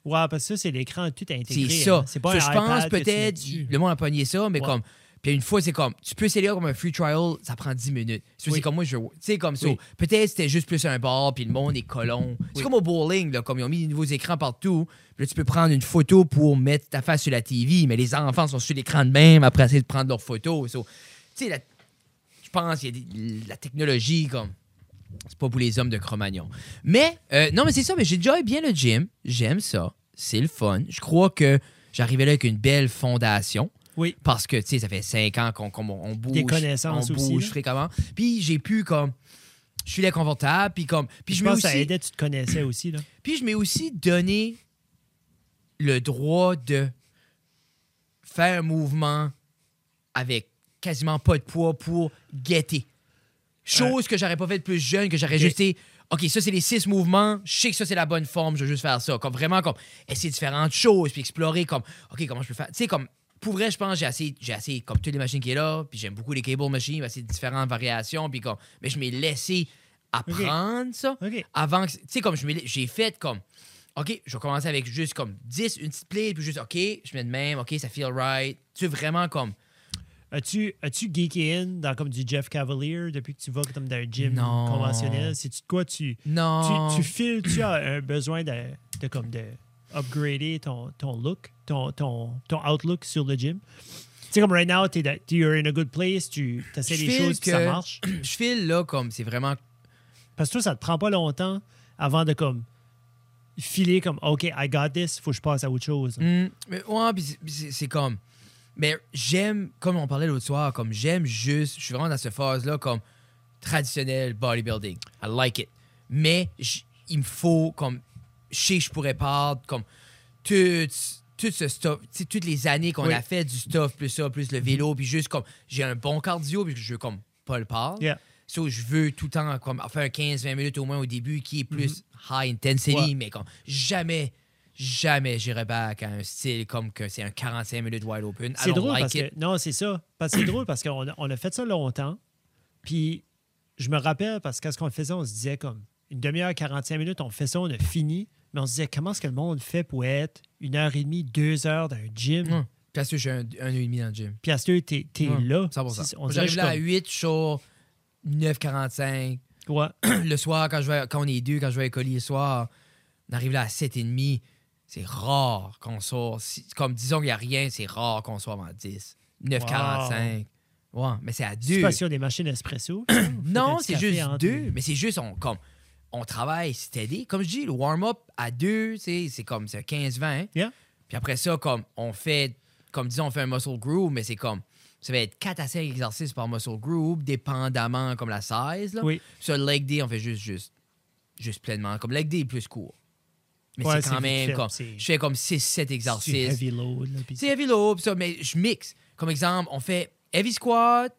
B: Ouais, parce que ça, c'est l'écran tout intégré.
A: C'est
B: hein.
A: ça.
B: C'est pas
A: So,
B: un
A: je pense
B: iPad que tu mets
A: peut-être,
B: dessus.
A: le monde a pogné ça, mais
B: Ouais.
A: comme. Puis une fois, c'est comme, tu peux essayer comme un free trial, ça prend 10 minutes. So,
B: Oui.
A: C'est comme moi, je. Tu sais, comme ça.
B: Oui.
A: Peut-être c'était juste plus un bar, puis le monde est colon. C'est
B: Oui.
A: comme au bowling, là, comme ils ont mis des nouveaux écrans partout. Puis là, tu peux prendre une photo pour mettre ta face sur la TV, mais les enfants sont sur l'écran de même après essayer de prendre leurs photos. So, tu sais, la- je pense qu'il y a des- la technologie, comme. C'est pas pour les hommes de Cro-Magnon. Mais, euh, non, mais c'est ça, mais j'ai déjà bien le gym. J'aime ça. C'est le fun. Je crois que j'arrivais là avec une belle fondation.
B: Oui.
A: Parce que, tu sais, ça fait cinq ans qu'on qu'on- on bouge.
B: Des connaissances
A: On
B: aussi,
A: bouge
B: là.
A: fréquemment. Puis j'ai pu, comme. Je suis là confortable, puis comme. Puis je,
B: je
A: me
B: pense
A: aussi,
B: que ça aidait, tu te connaissais aussi. Là.
A: puis je m'ai aussi donné le droit de faire un mouvement avec quasiment pas de poids pour guetter. Chose que j'aurais pas fait de plus jeune, que j'aurais
B: Ok.
A: juste été, OK, ça c'est les six mouvements, je sais que ça c'est la bonne forme, je veux juste faire ça. Comme vraiment comme essayer différentes choses, puis explorer comme OK, comment je peux faire. Tu sais, comme pour vrai, je pense que j'ai assez, j'ai assez comme toutes les machines qui est là, puis j'aime beaucoup les cable machines, assez différentes variations, puis comme mais je m'ai laissé apprendre ça
B: OK.
A: avant que. Tu sais, comme je me l'ai- j'ai fait comme. OK, je vais commencer avec juste comme 10, une petite play, puis juste OK, je mets de même, OK, ça feel right. Tu es vraiment comme.
B: As-tu as-tu geeké in dans comme du Jeff Cavalier depuis que tu vas comme dans un gym
A: Non.
B: conventionnel? C'est-tu de quoi tu,
A: Non.
B: tu, tu files, tu as un besoin de, de comme de upgrader ton, ton look, ton, ton, ton outlook sur le gym. Tu sais, comme right now, t'es dans- you're in a good place, tu essaies
A: Je
B: des
A: file
B: choses, puis ça
A: que-
B: marche.
A: Je file là comme c'est vraiment.
B: Parce que toi, ça te prend pas longtemps avant de comme filer comme OK, I got this, faut que je passe à autre chose.
A: Hmm, mais ouais, puis c'est- puis c'est- c'est comme. Mais j'aime, comme on parlait l'autre soir, comme j'aime juste. Je suis vraiment dans cette phase-là comme traditionnel bodybuilding. I like it. Mais j- il me faut comme. Je sais que je pourrais perdre comme. tout, tout ce stuff, tu sais, toutes les années qu'on
B: Oui.
A: a fait du stuff, plus ça, plus le vélo, puis juste comme j'ai un bon cardio, puis je veux comme pas le perdre.
B: Yeah.
A: So, je veux tout le temps comme faire 15-20 minutes au moins au début qui est plus high intensity,
B: Mhm. Ouais.
A: mais comme jamais, jamais j'irai back à un style comme que c'est un 45 minutes wide open. I
B: C'est
A: don't
B: drôle
A: like
B: parce
A: it.
B: que. Non, c'est ça. Parce que c'est drôle parce qu'on a, on a fait ça longtemps. Puis je me rappelle parce qu'à ce qu'on faisait, on se disait comme une demi-heure, 45 minutes, on fait ça, on a fini. Mais on se disait comment est-ce que le monde fait pour être une heure et demie, deux heures dans un gym.
A: Hum. Parce que j'ai un, un et demi dans le gym.
B: Puis à ce que t'es t'es
A: Ouais,
B: là.
A: 100%.
B: C'est- On dirait
A: J'arrive
B: que je
A: là à
B: suis
A: 8 sur 9,45.
B: comme- ouais.
A: le soir, quand, je vais, quand on est deux, quand je vais à l'école le soir, on arrive là à 7h30. C'est rare qu'on sort. si- comme disons qu'il n'y a rien, c'est rare qu'on soit avant 10. 9,45. Ouais, mais c'est à
B: C'est
A: 2.
B: pas sûr des machines espresso.
A: Non,
B: Petit
A: c'est
B: café
A: juste
B: entre-
A: deux, mais c'est juste on, comme, on travaille steady. Comme je dis, le warm-up à deux, tu sais, c'est comme c'est 15-20.
B: Yeah.
A: Puis après ça, comme on fait, comme disons, on fait un muscle group, mais c'est comme, ça va être 4 à 5 exercices par muscle group, dépendamment comme la size. Là.
B: Oui.
A: Sur le leg day, on fait juste, juste, juste pleinement. Comme leg day est plus court. Mais
B: Ouais,
A: c'est quand
B: c'est vite
A: même
B: fait,
A: comme,
B: c'est-
A: je fais comme 6-7
B: C'est
A: exercices.
B: heavy load. là, puis-
A: C'est heavy load, pis ça, mais je mixe. Comme exemple, on fait heavy squat,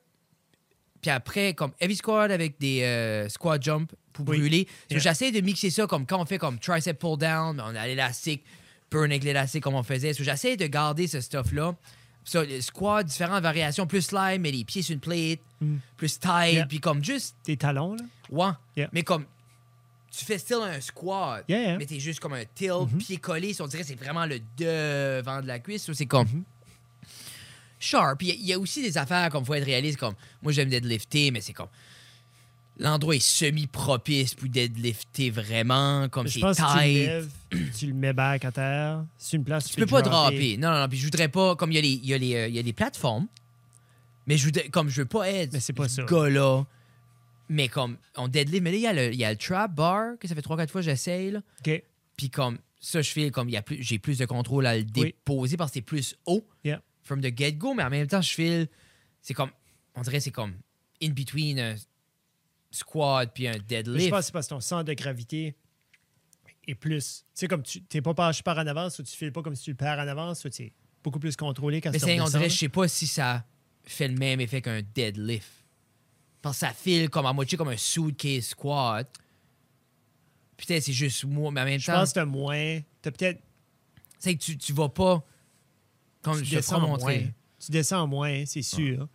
A: puis après, comme heavy squat avec des euh, squat jump pour
B: Oui.
A: brûler. So,
B: Yeah.
A: J'essaie de mixer ça comme quand on fait comme tricep pull down, on a l'élastique, burn avec l'élastique comme on faisait. So, J'essaie de garder ce stuff-là. Ça, le squat, différentes variations, plus slime, mais les pieds sur une plate,
B: Mm.
A: plus tight,
B: Yeah.
A: puis comme juste,
B: Tes talons, là.
A: ouais.
B: Yeah.
A: Mais comme, tu fais still un squat,
B: Yeah, yeah.
A: mais t'es juste comme un tilt,
B: Mhm.
A: pied collé. si on dirait que c'est vraiment le devant de la cuisse. ça, C'est comme.
B: Mhm.
A: Sharp. Puis il y, a aussi des affaires comme faut être réaliste. Comme moi, j'aime deadlifter, mais c'est comme. L'endroit est semi-propice pour deadlifter vraiment. Comme
B: je
A: c'est
B: pense que tu le
A: tight.
B: lèves, tu le mets back à terre. C'est une place.
A: Tu peux pas dropper. Non, non, non. Puis je voudrais pas. Comme il y, a les- il y, a les, euh, il y a des plateformes. Mais je voudrais, comme je veux pas être
B: Mais c'est pas
A: ce
B: ça.
A: gars-là. Mais comme on deadlift. Mais là, il y a le- il y, a le trap bar que ça fait 3-4 fois que j'essaye. là.
B: OK.
A: Puis comme ça, je fais comme il y a plus, j'ai plus de contrôle à le déposer parce que c'est plus haut
B: Yeah.
A: from the get-go, mais en même temps, je file. C'est comme, on dirait, c'est comme in between un squat puis un
B: Mais Je
A: deadlift.
B: pense que c'est parce que ton centre de gravité est plus. Tu sais, comme tu t'es pas penché par en avance, ou tu files pas comme si tu le perds en avance, ou tu es beaucoup plus contrôlé quand
A: mais
B: tu
A: c'est, on
B: redescends,
A: dirait,
B: là.
A: je sais pas si ça fait le même effet qu'un deadlift. Parce que ça file comme à moitié comme un suitcase squat. Putain, c'est juste moi, mais en même
B: Je
A: temps,
B: pense que t'as moins. T'as peut-être.
A: c'est que tu, tu vas pas. Comme
B: Tu
A: je te ferai
B: descends moins.
A: montrer.
B: Tu descends moins, c'est sûr.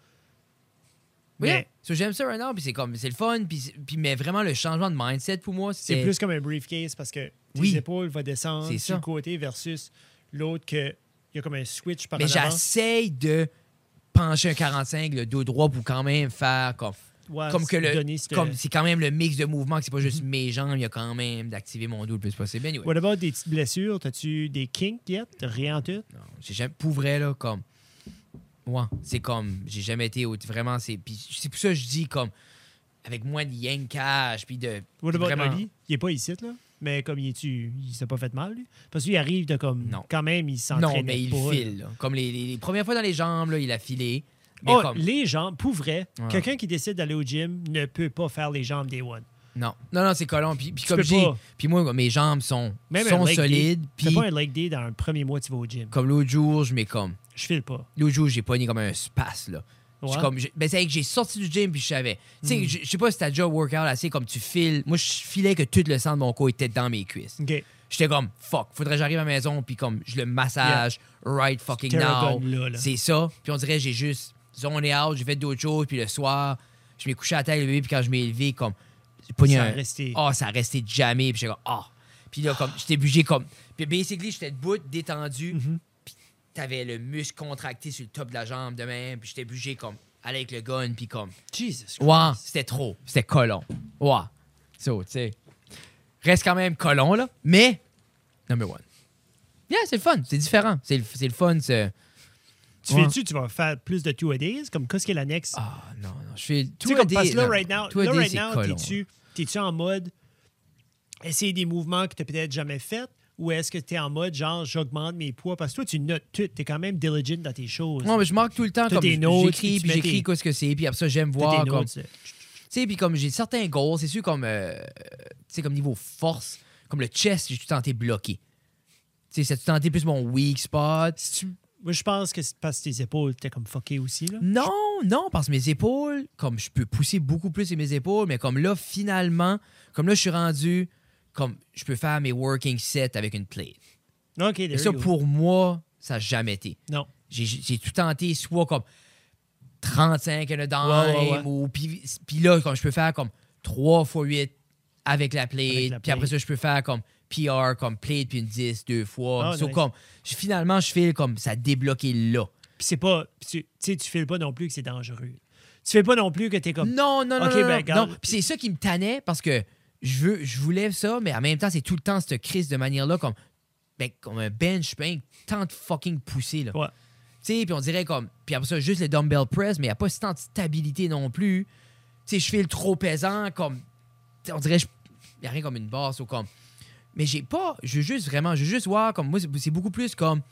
A: Oui,
B: Mais-
A: so, j'aime ça right now, puis c'est comme c'est le fun, puis c'est- puis mais vraiment le changement de mindset pour moi,
B: C'est
A: c'est
B: plus comme un briefcase parce que tes
A: Oui.
B: épaules vont descendre
A: C'est ça.
B: sur le côté versus l'autre que. Il y a comme un switch par
A: mais
B: en avant.
A: j'essaye de pencher un 45 le dos droit pour quand même faire comme
B: Ouais,
A: comme que le
B: Ah, donner Mhm. cette-
A: comme c'est quand même le mix de mouvements, que c'est pas juste mes jambes, il y a quand même d'activer mon dos le plus possible. Anyway,
B: What about des petites blessures? T'as-tu des kinks yet? T'as Rien en tout?
A: non, j'ai jamais pour vrai là comme moi, c'est comme j'ai jamais été au- vraiment c'est puis c'est pour ça que je dis comme avec moins de yankage puis de
B: What about
A: vraiment-
B: Oli? Il est pas ici, là. Mais comme il est-tu, il s'est pas fait mal, lui? Parce qu'il arrive de comme.
A: Non.
B: Quand même, il s'entraîne.
A: non, mais il
B: pas, là.
A: file. là. Comme les, les- les premières fois dans les jambes, là, il a filé. Mais
B: Oh,
A: comme...
B: les jambes, pour vrai,
A: Ouais.
B: quelqu'un qui décide d'aller au gym ne peut pas faire les jambes des one.
A: Non, non, non, c'est collant. Puis, puis comme
B: peux
A: j'ai,
B: pas.
A: puis moi, mes jambes sont,
B: Même un
A: sont
B: leg day.
A: solides.
B: Fais
A: Puis
B: pas un leg day dans le premier mois que tu vas au gym.
A: comme l'autre jour, je mets comme,
B: Je file pas.
A: l'autre jour, j'ai pogné comme un space là. Je suis
B: Ouais. Hmm.
A: comme, je- ben, c'est vrai que j'ai sorti du gym puis je savais. Tu sais, je je sais pas si t'as déjà workout assez comme tu files. Moi, je filais que tout le sang de mon corps était dans mes cuisses.
B: OK.
A: J'étais comme, fuck, faudrait que j'arrive à la maison puis comme je le massage right fucking now.
B: Terragon, là, là.
A: C'est ça. Puis on dirait, j'ai juste zoné out, j'ai fait d'autres choses puis le soir, je m'ai couché à terre le bébé puis quand je m'ai élevé comme, j'ai pogné
B: Ça a
A: un-
B: resté.
A: Ah, ça restait jamais. Puis j'étais comme, ah. Puis là, comme, j'étais bougé comme. Puis basically, j'étais debout, détendu.
B: Mm-hmm.
A: Puis t'avais le muscle contracté sur le top de la jambe de même. Puis j'étais bougé comme, aller avec le gun. Puis comme,
B: Jesus Christ.
A: ouais, c'était trop. C'était colon. Ouais. So, tu sais. Reste quand même colon, là. Mais, number one. Yeah, c'est le fun. C'est différent. C'est le, c'est le fun. ce-
B: Tu
A: Ouais.
B: fais-tu, tu vas faire plus de two a days? Comme qu'est-ce qui est l'annexe?
A: Ah, non, non. Je fais
B: Tu sais,
A: tout
B: comme parce que là, right now, là, right now, t'es-tu, t'es-tu en mode essayer des mouvements que t'as peut-être jamais fait ou est-ce que t'es en mode genre j'augmente mes poids parce que toi, tu notes tout, t'es quand même diligent dans tes choses.
A: Ouais, mais je marque tout le temps
B: T'as
A: comme
B: des notes,
A: j'écris,
B: puis tu
A: puis
B: mets tes-
A: j'écris quoi ce que c'est, puis après ça j'aime
B: T'as
A: voir
B: tes
A: comme
B: notes, là.
A: tu sais, puis comme j'ai certains goals, c'est sûr, comme, euh, tu sais, comme niveau force, comme le chest, j'ai tout tenté bloqué. Tu sais, ça tu tenté plus mon weak spot.
B: Si tu- Moi, je pense que c'est parce que tes épaules t'es comme fucké aussi. Là.
A: Non, non, parce que mes épaules, comme je peux pousser beaucoup plus sur mes épaules, mais comme là, finalement, comme là, je suis rendu, comme je peux faire mes working sets avec une plate.
B: OK, there
A: Et ça,
B: you go.
A: pour moi, ça n'a jamais été.
B: Non.
A: J'ai- J'ai j'ai tout tenté, soit comme 35 et le dime,
B: Ouais, ouais, ouais.
A: ou puis puis là, comme je peux faire comme 3 x 8 avec la
B: Avec
A: plate,
B: la
A: puis après
B: plate.
A: ça, je peux faire comme PR, comme plate, puis une 10 deux fois.
B: Ah,
A: So,
B: nice.
A: comme, je- finalement, je file comme ça débloqué là.
B: Puis c'est pas. puis tu tu sais, tu files pas non plus que c'est dangereux. Tu fais pas non plus que t'es comme.
A: Non, non, non,
B: Ok,
A: non, non,
B: ben,
A: non.
B: regarde.
A: Puis c'est ça qui me tannait parce que je veux, je voulais ça, mais en même temps, c'est tout le temps cette crise de manière-là, comme ben, comme un bench, ben, tant de fucking poussée, là.
B: Ouais.
A: Tu sais, puis on dirait comme. Puis après ça, juste les dumbbell press, mais il n'y a pas si tant de stabilité non plus. Tu sais, je fais le trop pesant, comme. tu sais, On dirait, il n'y a rien comme une basse ou comme. Mais j'ai pas. Je veux juste vraiment. Je veux juste voir, comme moi, c'est c'est beaucoup plus comme.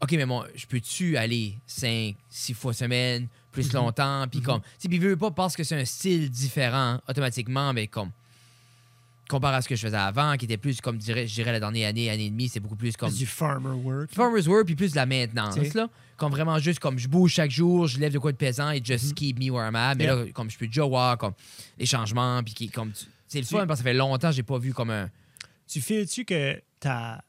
A: OK, mais bon, je peux-tu aller 5, 6 fois semaine, plus longtemps, puis comme. Tu sais, puis veux veux pas parce que c'est un style différent, automatiquement, mais comme. Comparé à ce que je faisais avant, qui était plus, comme dirais- je dirais, la dernière année, année et demie, c'est beaucoup plus comme.
B: du farmer work.
A: Farmers Work, puis plus de la maintenance,
B: T'sais.
A: là. Comme vraiment juste, comme je bouge chaque jour, je lève de quoi de pesant et just keep me where I'm at. Mais
B: Mhm. Yeah.
A: là, comme je peux déjà voir, comme, les changements, puis qui, comme... tu- C'est le
B: Tu-
A: fun, parce que ça fait longtemps que j'ai pas vu comme un...
B: Tu files-tu que ta,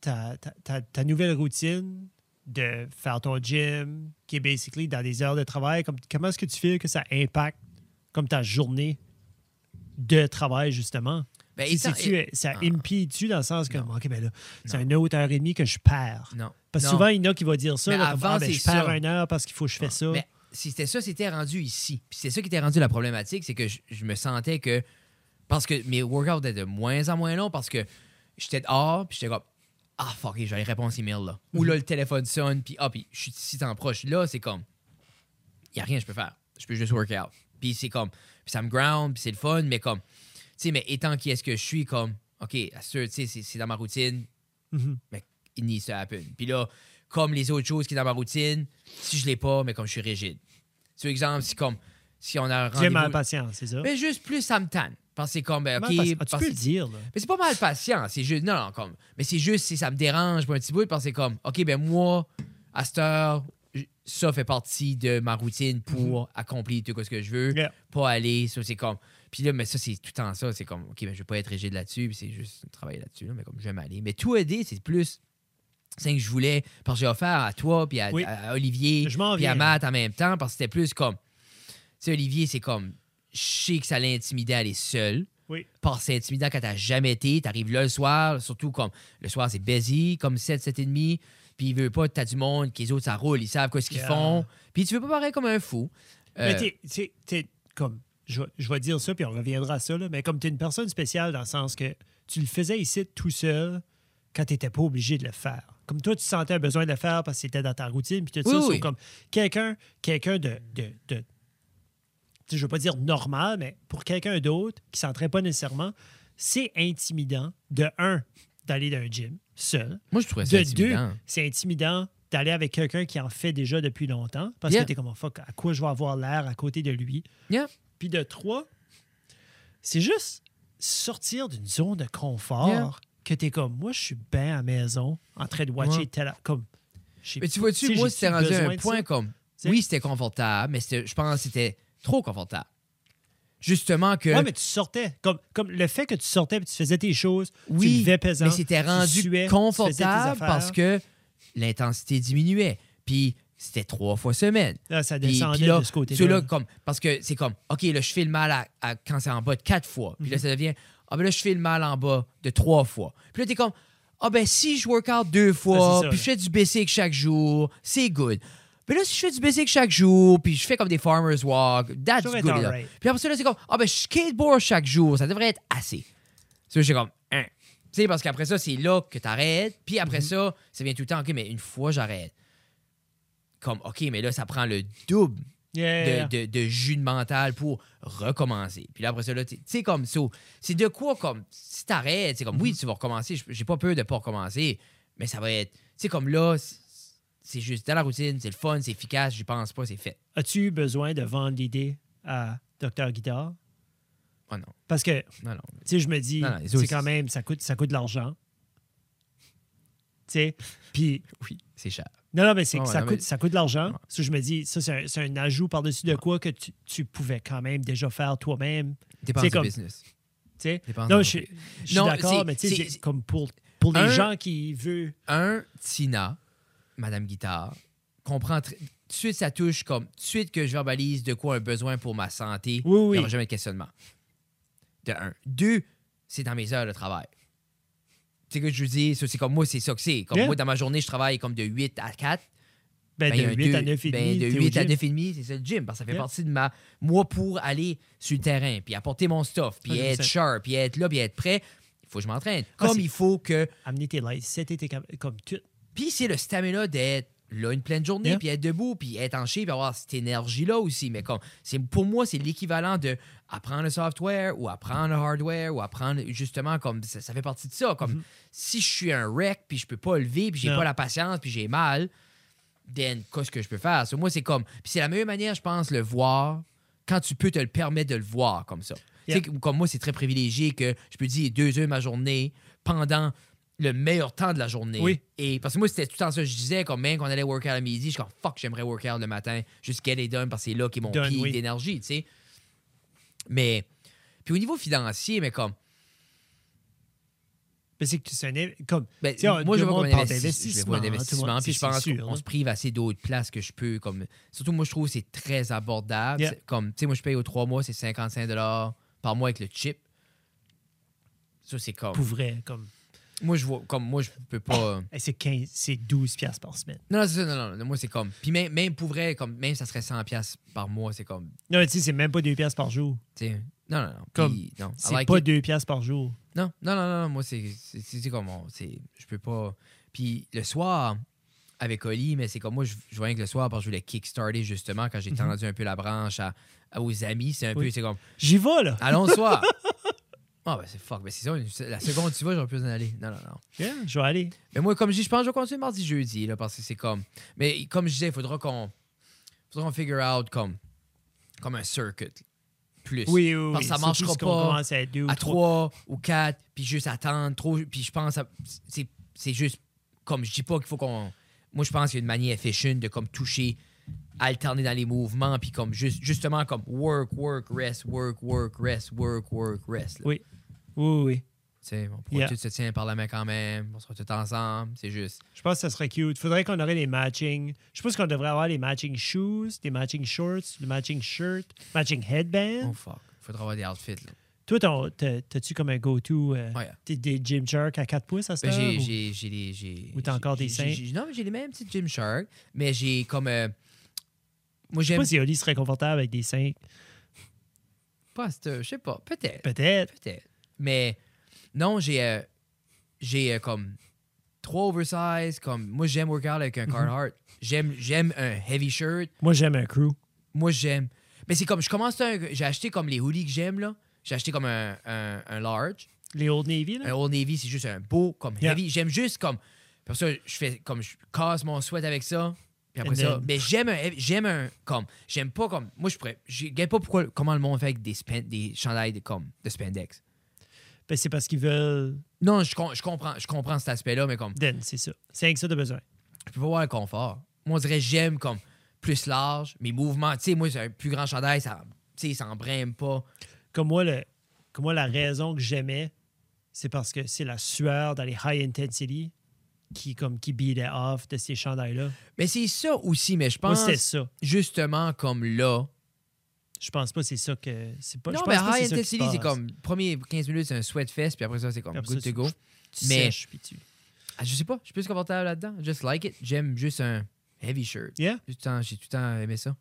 B: ta, ta, ta- ta nouvelle routine de faire ton gym, qui est basically dans des heures de travail, comme, comment est-ce que tu files que ça impacte comme ta journée de travail, justement?
A: Ben,
B: Si-
A: étant-
B: si tu- euh, ça
A: Ah.
B: impide-tu dans le sens que,
A: Non.
B: OK, ben là, c'est une autre heure et demie que je perds?
A: Non.
B: Parce que
A: Non.
B: souvent, il y en a qui vont dire ça.
A: Mais
B: là, comme,
A: avant,
B: Ah, ben,
A: c'est
B: je perds
A: ça. Ah.
B: une heure parce qu'il faut que je fais ça.
A: Mais si c'était ça, c'était rendu ici. Puis c'est ça qui était rendu la problématique, c'est que je, je me sentais que. Parce que mes workouts étaient de moins en moins longs parce que j'étais dehors, puis j'étais comme. Ah, fuck, it, j'allais répondre à ces mails-là. Ou là, le téléphone sonne, puis ah, puis je suis si t'en proche. Là, c'est comme. Il a rien que je peux faire. Je peux juste workout. Puis c'est comme. Puis ça me ground, puis c'est le fun, mais comme. Tu sais, mais étant qui est-ce que je suis, comme. OK, à ce- tu sais, c'est c'est dans ma routine,
B: Mhm.
A: mais il needs to happen. Puis là, comme les autres choses qui sont dans ma routine, si je l'ai pas, mais comme je suis rigide. Tu vois, exemple, si comme si on a un
B: Tu es mal
A: rendez-vous,
B: patient, c'est ça?
A: mais juste plus ça me tanne. Parce que c'est comme ben,
B: Mal
A: ok,
B: patient. Ah, tu
A: parce-
B: peux le dire, là.
A: mais c'est pas mal patient, c'est juste non non comme mais c'est juste si ça me dérange pour un petit bout parce que c'est comme ok ben moi à cette heure j- ça fait partie de ma routine
B: Mhm.
A: pour accomplir tout ce que je veux,
B: Yeah.
A: pas aller, ça c'est comme puis là mais ça c'est tout le temps ça, c'est comme ok ben je vais pas être rigide là-dessus, puis c'est juste travailler là-dessus là, mais comme j'aime aller, mais tout aider c'est plus c'est que je voulais parce que j'ai offert à toi puis à,
B: Oui.
A: à Olivier
B: Je m'en
A: puis à
B: viens.
A: Matt en même temps parce que c'était plus comme tu sais, Olivier, c'est comme, je sais que ça l'intimidait à aller seul.
B: Oui.
A: Parce que c'est intimidant quand t'as jamais été, t'arrives là le soir, surtout comme, le soir c'est busy, comme 7, 7h30, puis il veut pas, t'as du monde, que les autres ça roule, ils savent quoi ce qu'ils
B: Yeah.
A: font, puis tu veux pas paraître comme un fou.
B: Mais
A: Euh,
B: t'es, t'es- t'es comme, je, vais- je vais dire ça, puis on reviendra à ça, là, mais comme tu es une personne spéciale dans le sens que tu le faisais ici tout seul quand tu n'étais pas obligé de le faire. Comme toi, tu sentais un besoin de le faire parce que c'était dans ta routine, puis tout
A: Oui,
B: ça.
A: oui.
B: So, comme quelqu'un, quelqu'un de. de, de tu sais, je veux pas dire normal, mais pour quelqu'un d'autre qui ne s'entraîne pas nécessairement, c'est intimidant, de un, d'aller dans un gym seul,
A: moi je trouvais ça
B: de deux,
A: Ben, intimidant.
B: c'est intimidant d'aller avec quelqu'un qui en fait déjà depuis longtemps parce
A: Yeah.
B: que t'es comme, Oh, fuck, à quoi je vais avoir l'air à côté de lui.
A: Yeah.
B: Puis de trois, c'est juste sortir d'une zone de confort
A: Yeah.
B: que t'es comme, moi, je suis bien à la maison en train de watcher
A: Ouais.
B: tel. Comme, j'ai-
A: Mais tu vois-tu,
B: sais,
A: moi
B: j'ai-tu
A: c'était rendu à
B: besoin
A: un
B: de
A: point
B: ça?
A: comme,
B: sais?
A: oui c'était confortable, mais c'était- je pense que c'était trop confortable. Justement que...
B: Ouais, mais tu sortais. Comme, comme le fait que tu sortais et tu faisais tes choses, tu
A: Oui,
B: levais pesant.
A: mais c'était
B: tu
A: rendu
B: suais, tu faisais tes
A: confortable
B: affaires.
A: parce que l'intensité diminuait. Puis c'était trois fois semaine.
B: Là, Ah, ça
A: Puis,
B: descendait
A: puis là,
B: de ce
A: tu sais,
B: côté-là.
A: là, comme, parce que c'est comme, OK, là, je fais le mal à, à- quand c'est en bas de quatre fois. Puis là,
B: Mhm.
A: ça devient, ah ben là, je fais le mal en bas de trois fois. Puis là, t'es comme, ah ben si je work out deux
B: Ah,
A: fois,
B: c'est ça,
A: puis je fais du basic chaque jour, c'est good. Puis là, si je fais du basic chaque jour, puis je fais comme des farmer's walk, that's
B: Ça va
A: good.
B: être
A: là.
B: alright.
A: Puis après ça, là, c'est comme, ah ben je skateboard chaque jour, ça devrait être assez. Tu sais, j'ai comme, hein. Tu sais, parce qu'après ça, c'est là que t'arrêtes. Puis après ça, ça vient tout le temps, OK, mais une fois, j'arrête. Comme, OK, mais là, ça prend le double
B: Yeah.
A: de, de, de jus de mental pour recommencer. Puis là, après ça, là, tu tu sais, comme ça, c'est de quoi, comme, si t'arrêtes, c'est comme, oui, tu vas recommencer, je- j'ai pas peur de pas recommencer, mais ça va être, tu sais, comme là, c'est- c'est juste dans la routine, c'est le fun, c'est efficace, j'y pense pas, c'est fait.
B: As-tu eu besoin de vendre l'idée à Dr. Guitar?
A: Oh non,
B: Parce que, tu
A: non, non.
B: sais, je me dis,
A: Non, non, les
B: c'est
A: autres,
B: quand
A: c'est-
B: même, ça coûte, ça coûte de l'argent. Tu sais? Puis,
A: Oui, c'est cher.
B: non, non, mais c'est que
A: Ouais,
B: ça,
A: non,
B: coûte,
A: mais-
B: ça coûte de l'argent.
A: Ouais.
B: Ça, je me dis, ça, c'est un, c'est un ajout par-dessus de quoi que tu, tu pouvais quand même déjà faire toi-même.
A: Dépense de
B: comme-
A: business.
B: Tu sais?
A: Dépendant
B: Non,
A: de
B: je suis je suis
A: Ah, Non,
B: d'accord,
A: c'est-
B: mais tu
A: c'est-
B: sais, j'ai-
A: c'est-
B: comme pour, pour les
A: Un-
B: gens qui veulent.
A: Un, Tina, Madame Guitare, comprend tr- tout de suite, ça touche comme, tout de suite que je verbalise de quoi un besoin pour ma santé.
B: Oui, oui.
A: Il n'y aura jamais de questionnement. De un. Deux, c'est dans mes heures de travail. Tu sais que je vous dis, ça, c'est comme moi, c'est ça que c'est. Comme
B: Yeah.
A: moi, dans ma journée, je travaille comme de 8 à 4.
B: Ben,
A: Ben, il y a
B: de
A: un
B: 8 à
A: deux-
B: 9 et
A: ben,
B: demi. t'es
A: de
B: au
A: 8 à
B: gym.
A: 9 et demi, c'est ça le gym. Parce que ça fait
B: Yeah.
A: partie de ma. Moi, pour aller sur le terrain, puis apporter mon stuff, puis
B: 100%.
A: être sharp, puis être là, puis être prêt, il faut que je m'entraîne.
B: Ah,
A: Comme
B: c'est-
A: il faut que.
B: Amener tes lights, c'était tes cam- comme tout.
A: Puis c'est le stamina d'être là une pleine journée,
B: Yeah.
A: puis être debout, puis être en shape, puis avoir cette énergie-là aussi. Mais comme, c'est pour moi, c'est l'équivalent de apprendre le software ou apprendre le hardware ou apprendre justement comme ça, ça fait partie de ça. Comme si je suis un wreck, puis je peux pas lever, puis j'ai
B: Mm-hmm. Non.
A: pas la patience, puis j'ai mal, then qu'est-ce que je peux faire? So, moi, c'est comme, puis c'est la meilleure manière, je pense, le voir quand tu peux te le permettre de le voir comme ça.
B: Yeah.
A: Tu sais, comme moi, c'est très privilégié que je peux dire deux heures ma journée pendant le meilleur temps de la journée.
B: Oui.
A: Et parce que moi, c'était tout le temps ça. Je disais, comme même qu'on allait workout à midi, je suis comme fuck, j'aimerais workout le matin, juste get it done parce que c'est là qu'est mon
B: Done,
A: pic
B: oui.
A: d'énergie, tu sais. Mais, puis au niveau financier, mais comme,
B: Mais c'est que tu sonnais comme.
A: ben,
B: Tu sais, on
A: moi, je
B: demande
A: vois comme un
B: par
A: investi- je vois un
B: d'investissement, hein, tout le
A: investissement,
B: monde,
A: puis je
B: c'est-
A: pense
B: c'est sûr,
A: qu'on
B: hein.
A: se prive assez d'autres places que je peux. Comme, surtout, moi, je trouve que c'est très abordable.
B: Yeah.
A: C'est Comme, tu sais, moi, je paye aux trois mois, c'est 55 par mois avec le chip. Ça, c'est comme.
B: Pour vrai, comme.
A: Moi, je vois, comme, moi, je peux pas.
B: hey, c'est 15, c'est 12 piastres par semaine.
A: Non, non, c'est ça, non, non, non, moi c'est comme. Puis même, même pour vrai, comme, même ça serait 100$ piastres par mois, c'est comme.
B: Non, mais tu sais, c'est même pas 2 piastres par jour.
A: tu sais, Non, non, non.
B: Comme,
A: puis, non, I
B: C'est
A: like
B: pas
A: it.
B: 2 piastres par jour.
A: Non, non, non, non, moi c'est c'est- c'est- c'est comme. on- c'est- Je peux pas. Puis le soir, avec Oli, mais c'est comme moi, je, je voyais que le soir, parce que je voulais kickstarter justement quand j'ai tendu un peu la branche à, à- aux amis, c'est un
B: Mhm. Oui.
A: peu, c'est comme.
B: J'y vais, là.
A: Allons le soir! Ah, ben c'est fuck, ben c'est ça, une- la seconde tu vas, j'aurais pu en aller. Non, non, non.
B: Yeah, je vais aller.
A: Mais moi, comme je dis, je pense que je vais continuer mardi, jeudi, là, parce que c'est comme. Mais comme je disais, il faudra qu'on. faudra qu'on figure out comme. comme un circuit. Plus.
B: Oui, oui, oui.
A: Parce que ça
B: Surtout
A: marchera
B: si qu'on
A: pas
B: commence à 2 ou
A: À
B: 3.
A: trois ou quatre, puis juste attendre trop. Puis je pense. à- c'est- C'est juste. Comme je dis pas qu'il faut qu'on. Moi, je pense qu'il y a une manière efficient de comme toucher, alterner dans les mouvements, puis comme juste, justement comme work, work, rest, work, work, rest, work, work, rest. là.
B: Oui. Oui, oui.
A: Tu sais, on pourra
B: Yeah.
A: tous se tenir par la main quand même, on sera tous ensemble, c'est juste.
B: Je pense que ça serait cute. Faudrait qu'on aurait des matching. Je pense qu'on devrait avoir des matching shoes, des matching shorts, des matching shirts, matching headband.
A: Oh fuck, faudra avoir des outfits. là.
B: Toi, t'en- t'as- t'as-tu comme un go-to euh,
A: Ouais.
B: t'es des gym jerk à 4 pouces à ce
A: Ben, j'ai,
B: moment
A: j'ai, j'ai les. J'ai,
B: Ou t'as encore
A: j'ai-
B: des
A: j'ai-
B: seins?
A: j'ai- Non, mais j'ai les mêmes petites Gymshark, mais j'ai comme. euh, moi,
B: Je sais
A: j'aime
B: pas si Oli serait confortable avec des 5.
A: pas. cette- Je sais pas, peut-être.
B: Peut-être.
A: Peut-être. Mais non, j'ai. euh, j'ai euh, comme. Trois oversize. Comme, moi, j'aime workout avec
B: Mm-hmm.
A: un Carhartt. J'aime, j'aime un heavy shirt.
B: Moi, j'aime un crew.
A: Moi, j'aime. Mais c'est comme. Je commence. un- j'ai acheté comme les hoodies que j'aime, là. J'ai acheté comme un, un, un large.
B: Les Old Navy, là.
A: Un Old Navy, c'est juste un beau, comme
B: Yeah.
A: heavy. J'aime juste comme. Pour ça, je fais comme je casse mon sweat avec ça. Puis après
B: And
A: ça.
B: then-
A: Mais j'aime un. heavy- J'aime un. Comme. J'aime pas comme. Moi, je pourrais. Je gagne pas pourquoi, comment le monde fait avec des, span- des chandails de, comme, de spandex.
B: Ben, c'est parce qu'ils veulent.
A: Non, je, com- je comprends, je comprends cet aspect-là, mais comme.
B: Den, c'est ça. C'est rien que ça de besoin.
A: Je peux pas avoir le confort. Moi, on dirait j'aime comme plus large. Mes mouvements. Tu sais, moi, c'est un plus grand chandail, ça. Tu sais, ça embrème pas.
B: Comme moi, le, comme moi la raison que j'aimais, c'est parce que c'est la sueur dans les high intensity qui, comme, qui beat it off de ces chandails-là.
A: Mais c'est ça aussi, mais je
B: Moi,
A: pense
B: c'était ça.
A: justement comme là.
B: Je pense pas que c'est ça que. C'est pas,
A: non,
B: je pense
A: mais
B: pas que
A: high
B: ça qui se
A: intensity, c'est
B: passe.
A: comme. Premier 15 minutes, c'est un sweat fest, puis après ça, c'est comme
B: Après
A: good
B: ça,
A: to go.
B: Tu
A: mais-
B: sèches, puis tu.
A: Ah, je sais pas, je suis plus confortable là-dedans. Just like it. J'aime juste un heavy shirt.
B: Yeah.
A: J'ai tout le temps, j'ai tout le temps aimé ça.
B: Ben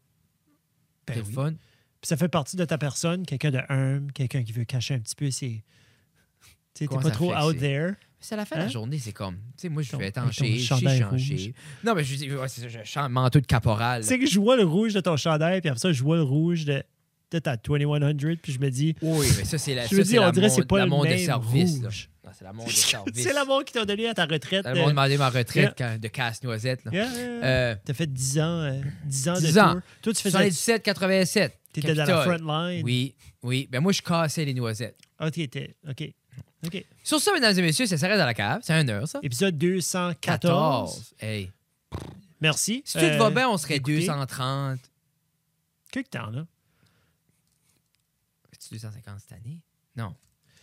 A: c'est le
B: oui.
A: fun.
B: Puis ça fait partie de ta personne, quelqu'un de humble, quelqu'un qui veut cacher un petit peu ses. Tu sais, t'es
A: Comment
B: pas
A: ça
B: trop
A: fait que
B: out
A: c'est-
B: there.
A: C'est à la fin de
B: Hein?
A: la journée, c'est comme. Tu sais, moi, je
B: Ton-
A: vais être
B: avec
A: en
B: ton
A: chez, je
B: chandail
A: suis en
B: rouge.
A: chez. Non, mais je dis, ouais, c'est ça, je chante manteau de caporal.
B: Tu sais que je vois le rouge de ton chandail, puis après ça, je vois le rouge de, de ta 2100, puis je me dis,
A: Oui, mais ça, c'est la. Ben
B: je
A: ça,
B: me dis,
A: la
B: on dirait que c'est
A: monde-
B: pas
A: la
B: le
A: monde
B: même
A: de service. là.
B: rouge.
A: Non, c'est la monde de service.
B: C'est l'amour qu'ils t'ont donné à ta retraite.
A: Le monde
B: euh,
A: m'a demandé ma retraite
B: Yeah.
A: quand- de casse-noisette. là.
B: yeah, yeah, yeah.
A: Euh,
B: T'as fait 10 ans, euh, 10 ans
A: 10
B: de
A: ans.
B: tour. Toi, tu faisais.
A: 77, 87.
B: T'étais dans la
A: Capitole.
B: front line.
A: Oui, oui. Ben moi, je cassais les noisettes.
B: Ah, t'étais. OK. OK.
A: Sur ça, mesdames et messieurs, ça s'arrête à la cave. C'est un heure, ça.
B: Épisode 214.
A: Hey.
B: Merci.
A: Si tout
B: Euh,
A: va bien, on serait
B: écoutez.
A: 230.
B: Quelque temps, là.
A: C'est 250 cette année? Non.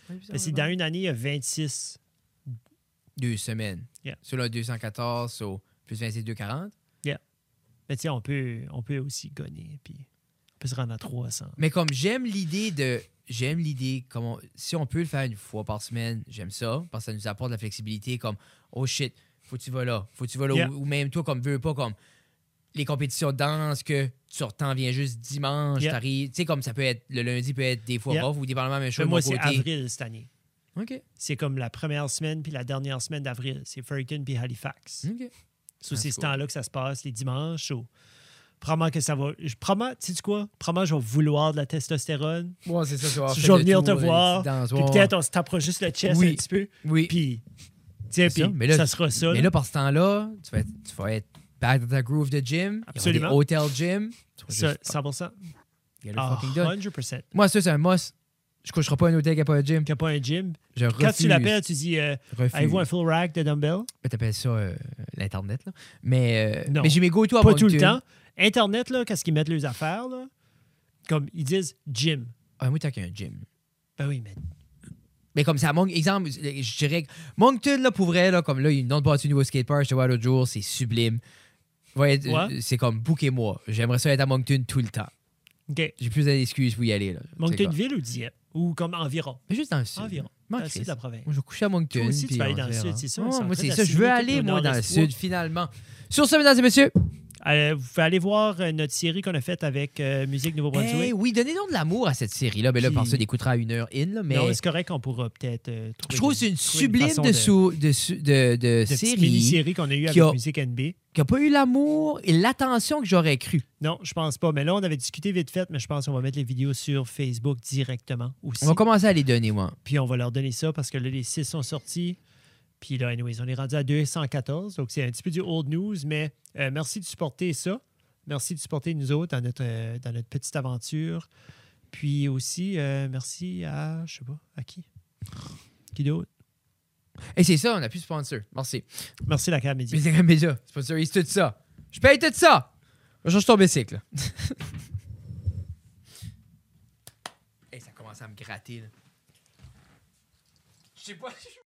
B: Ben, c'est dans une année, il y a 26.
A: Deux semaines.
B: Yeah.
A: Sur le 214, so, plus 26, 240.
B: Mais tu sais, on peut, on peut aussi gagner, puis on peut se rendre à 300.
A: Mais comme j'aime l'idée de. J'aime l'idée, comme on- si on peut le faire une fois par semaine, j'aime ça, parce que ça nous apporte de la flexibilité, comme, oh shit, faut que tu vas là, faut que tu vas là,
B: Yeah.
A: ou, ou même toi, comme, veux pas, comme, les compétitions de danse, que tu t'en viens juste dimanche,
B: Yeah.
A: t'arrives, tu sais, comme ça peut être, le lundi peut être des fois
B: Yeah.
A: off, ou dépendamment, même chose,
B: Mais
A: de
B: moi,
A: mon
B: c'est
A: côté.
B: avril cette année.
A: OK.
B: C'est comme la première semaine puis la dernière semaine d'avril. C'est Fredericton puis Halifax.
A: OK.
B: So,
A: Ah,
B: c'est
A: c'est
B: ce
A: cool.
B: temps-là que ça se passe, les dimanches. so, probablement que ça va. Je, probablement, tu sais quoi? Probablement, je vais vouloir de la testostérone.
A: Ouais, c'est ça, tu vas avoir
B: Je
A: fait
B: vais
A: le
B: venir
A: tour,
B: te
A: là, les
B: voir,
A: petites danses.
B: Puis
A: Ouais, ouais.
B: peut-être on se tapera juste le chest
A: Oui.
B: un petit peu.
A: Oui.
B: Puis, tu sais,
A: C'est
B: puis
A: ça,
B: ça,
A: mais là-
B: sera ça.
A: Mais là, par ce temps-là, tu vas être, tu vas être back dans ta groove de gym.
B: Absolument.
A: Hôtel gym. Tu vas
B: ça,
A: juste-
B: 100%.
A: get the
B: Ah,
A: fucking done.
B: 100%.
A: Moi, ça, c'est un must. Je coucherai pas à un hôtel qui a pas de gym.
B: Qu'il n'y a pas un gym.
A: Je refuse.
B: Quand tu l'appelles, tu dis euh,
A: refuse.
B: Avez-vous un full rack de dumbbells
A: Mais t'appelles ça euh, l'Internet, là. Mais, euh,
B: Non.
A: mais j'ai mes go-to à
B: Pas tout le
A: Moncton.
B: temps. Internet, là, qu'est-ce qu'ils mettent leurs affaires, là Comme ils disent gym.
A: Ah, moi, t'as qu'un gym.
B: Ben oui, mais.
A: Mais comme ça, mon exemple, je dirais que Moncton, là, pour vrai, là, comme là, ils n'ont pas du nouveau skatepark, je te vois l'autre jour, c'est sublime. Ouais, euh,
B: Ouais.
A: C'est comme bouquez-moi. J'aimerais ça être à Moncton tout le temps.
B: OK.
A: J'ai plus d'excuses pour y aller. Là. C'est
B: Moncton
A: comme-
B: ville ou Dieppe Ou comme environ
A: Mais juste dans le sud.
B: Environ.
A: M'en
B: Dans le
A: crisse.
B: sud de la province.
A: Moi, je vais coucher à Moncton.
B: Toi aussi, tu
A: puis
B: vas aller
A: on
B: dans le
A: verra.
B: sud, c'est sûr,
A: Ouais,
B: ils sont en
A: moi,
B: train
A: c'est ça.
B: d'assimiler
A: Je veux
B: tout
A: aller,
B: le
A: moi,
B: nord
A: dans le
B: est. Ouais.
A: sud, finalement. Sur ce, mesdames et messieurs,
B: Euh, vous pouvez aller voir euh, notre série qu'on a faite avec euh, Musique
A: eh
B: Nouveau-Brunswick.
A: oui, donnez-donc de l'amour à cette série-là. Mais là,
B: Puis-
A: parce qu'on écoutera à une heure in. là, mais
B: Non, c'est correct qu'on pourra peut-être euh, trouver.
A: je trouve que c'est une
B: trouver
A: sublime
B: façon
A: de, sou- de sou- de- de
B: de petite
A: série
B: mini-série qu'on a eue
A: qui
B: avec
A: a-
B: Musique NB.
A: qui n'a pas eu l'amour et l'attention que j'aurais cru.
B: Non, je pense pas. Mais là, on avait discuté vite fait, mais je pense qu'on va mettre les vidéos sur Facebook directement aussi.
A: On va commencer à les donner, moi.
B: Puis on va leur donner ça parce que là, les six sont sortis. Puis là, anyways, on est rendu à 214. Donc, c'est un petit peu du old news, mais euh, merci de supporter ça. Merci de supporter nous autres dans notre, euh, dans notre petite aventure. Puis aussi, euh, merci à, je sais pas, à qui? Qui d'autre?
A: Et c'est ça, on n'a plus de sponsor. Merci.
B: Merci la Camédie.
A: Mais c'est comme déjà. Sponsorise tout ça. Je paye tout ça. Je change ton bicycle. hey, ça commence à me gratter, là. Je sais pas.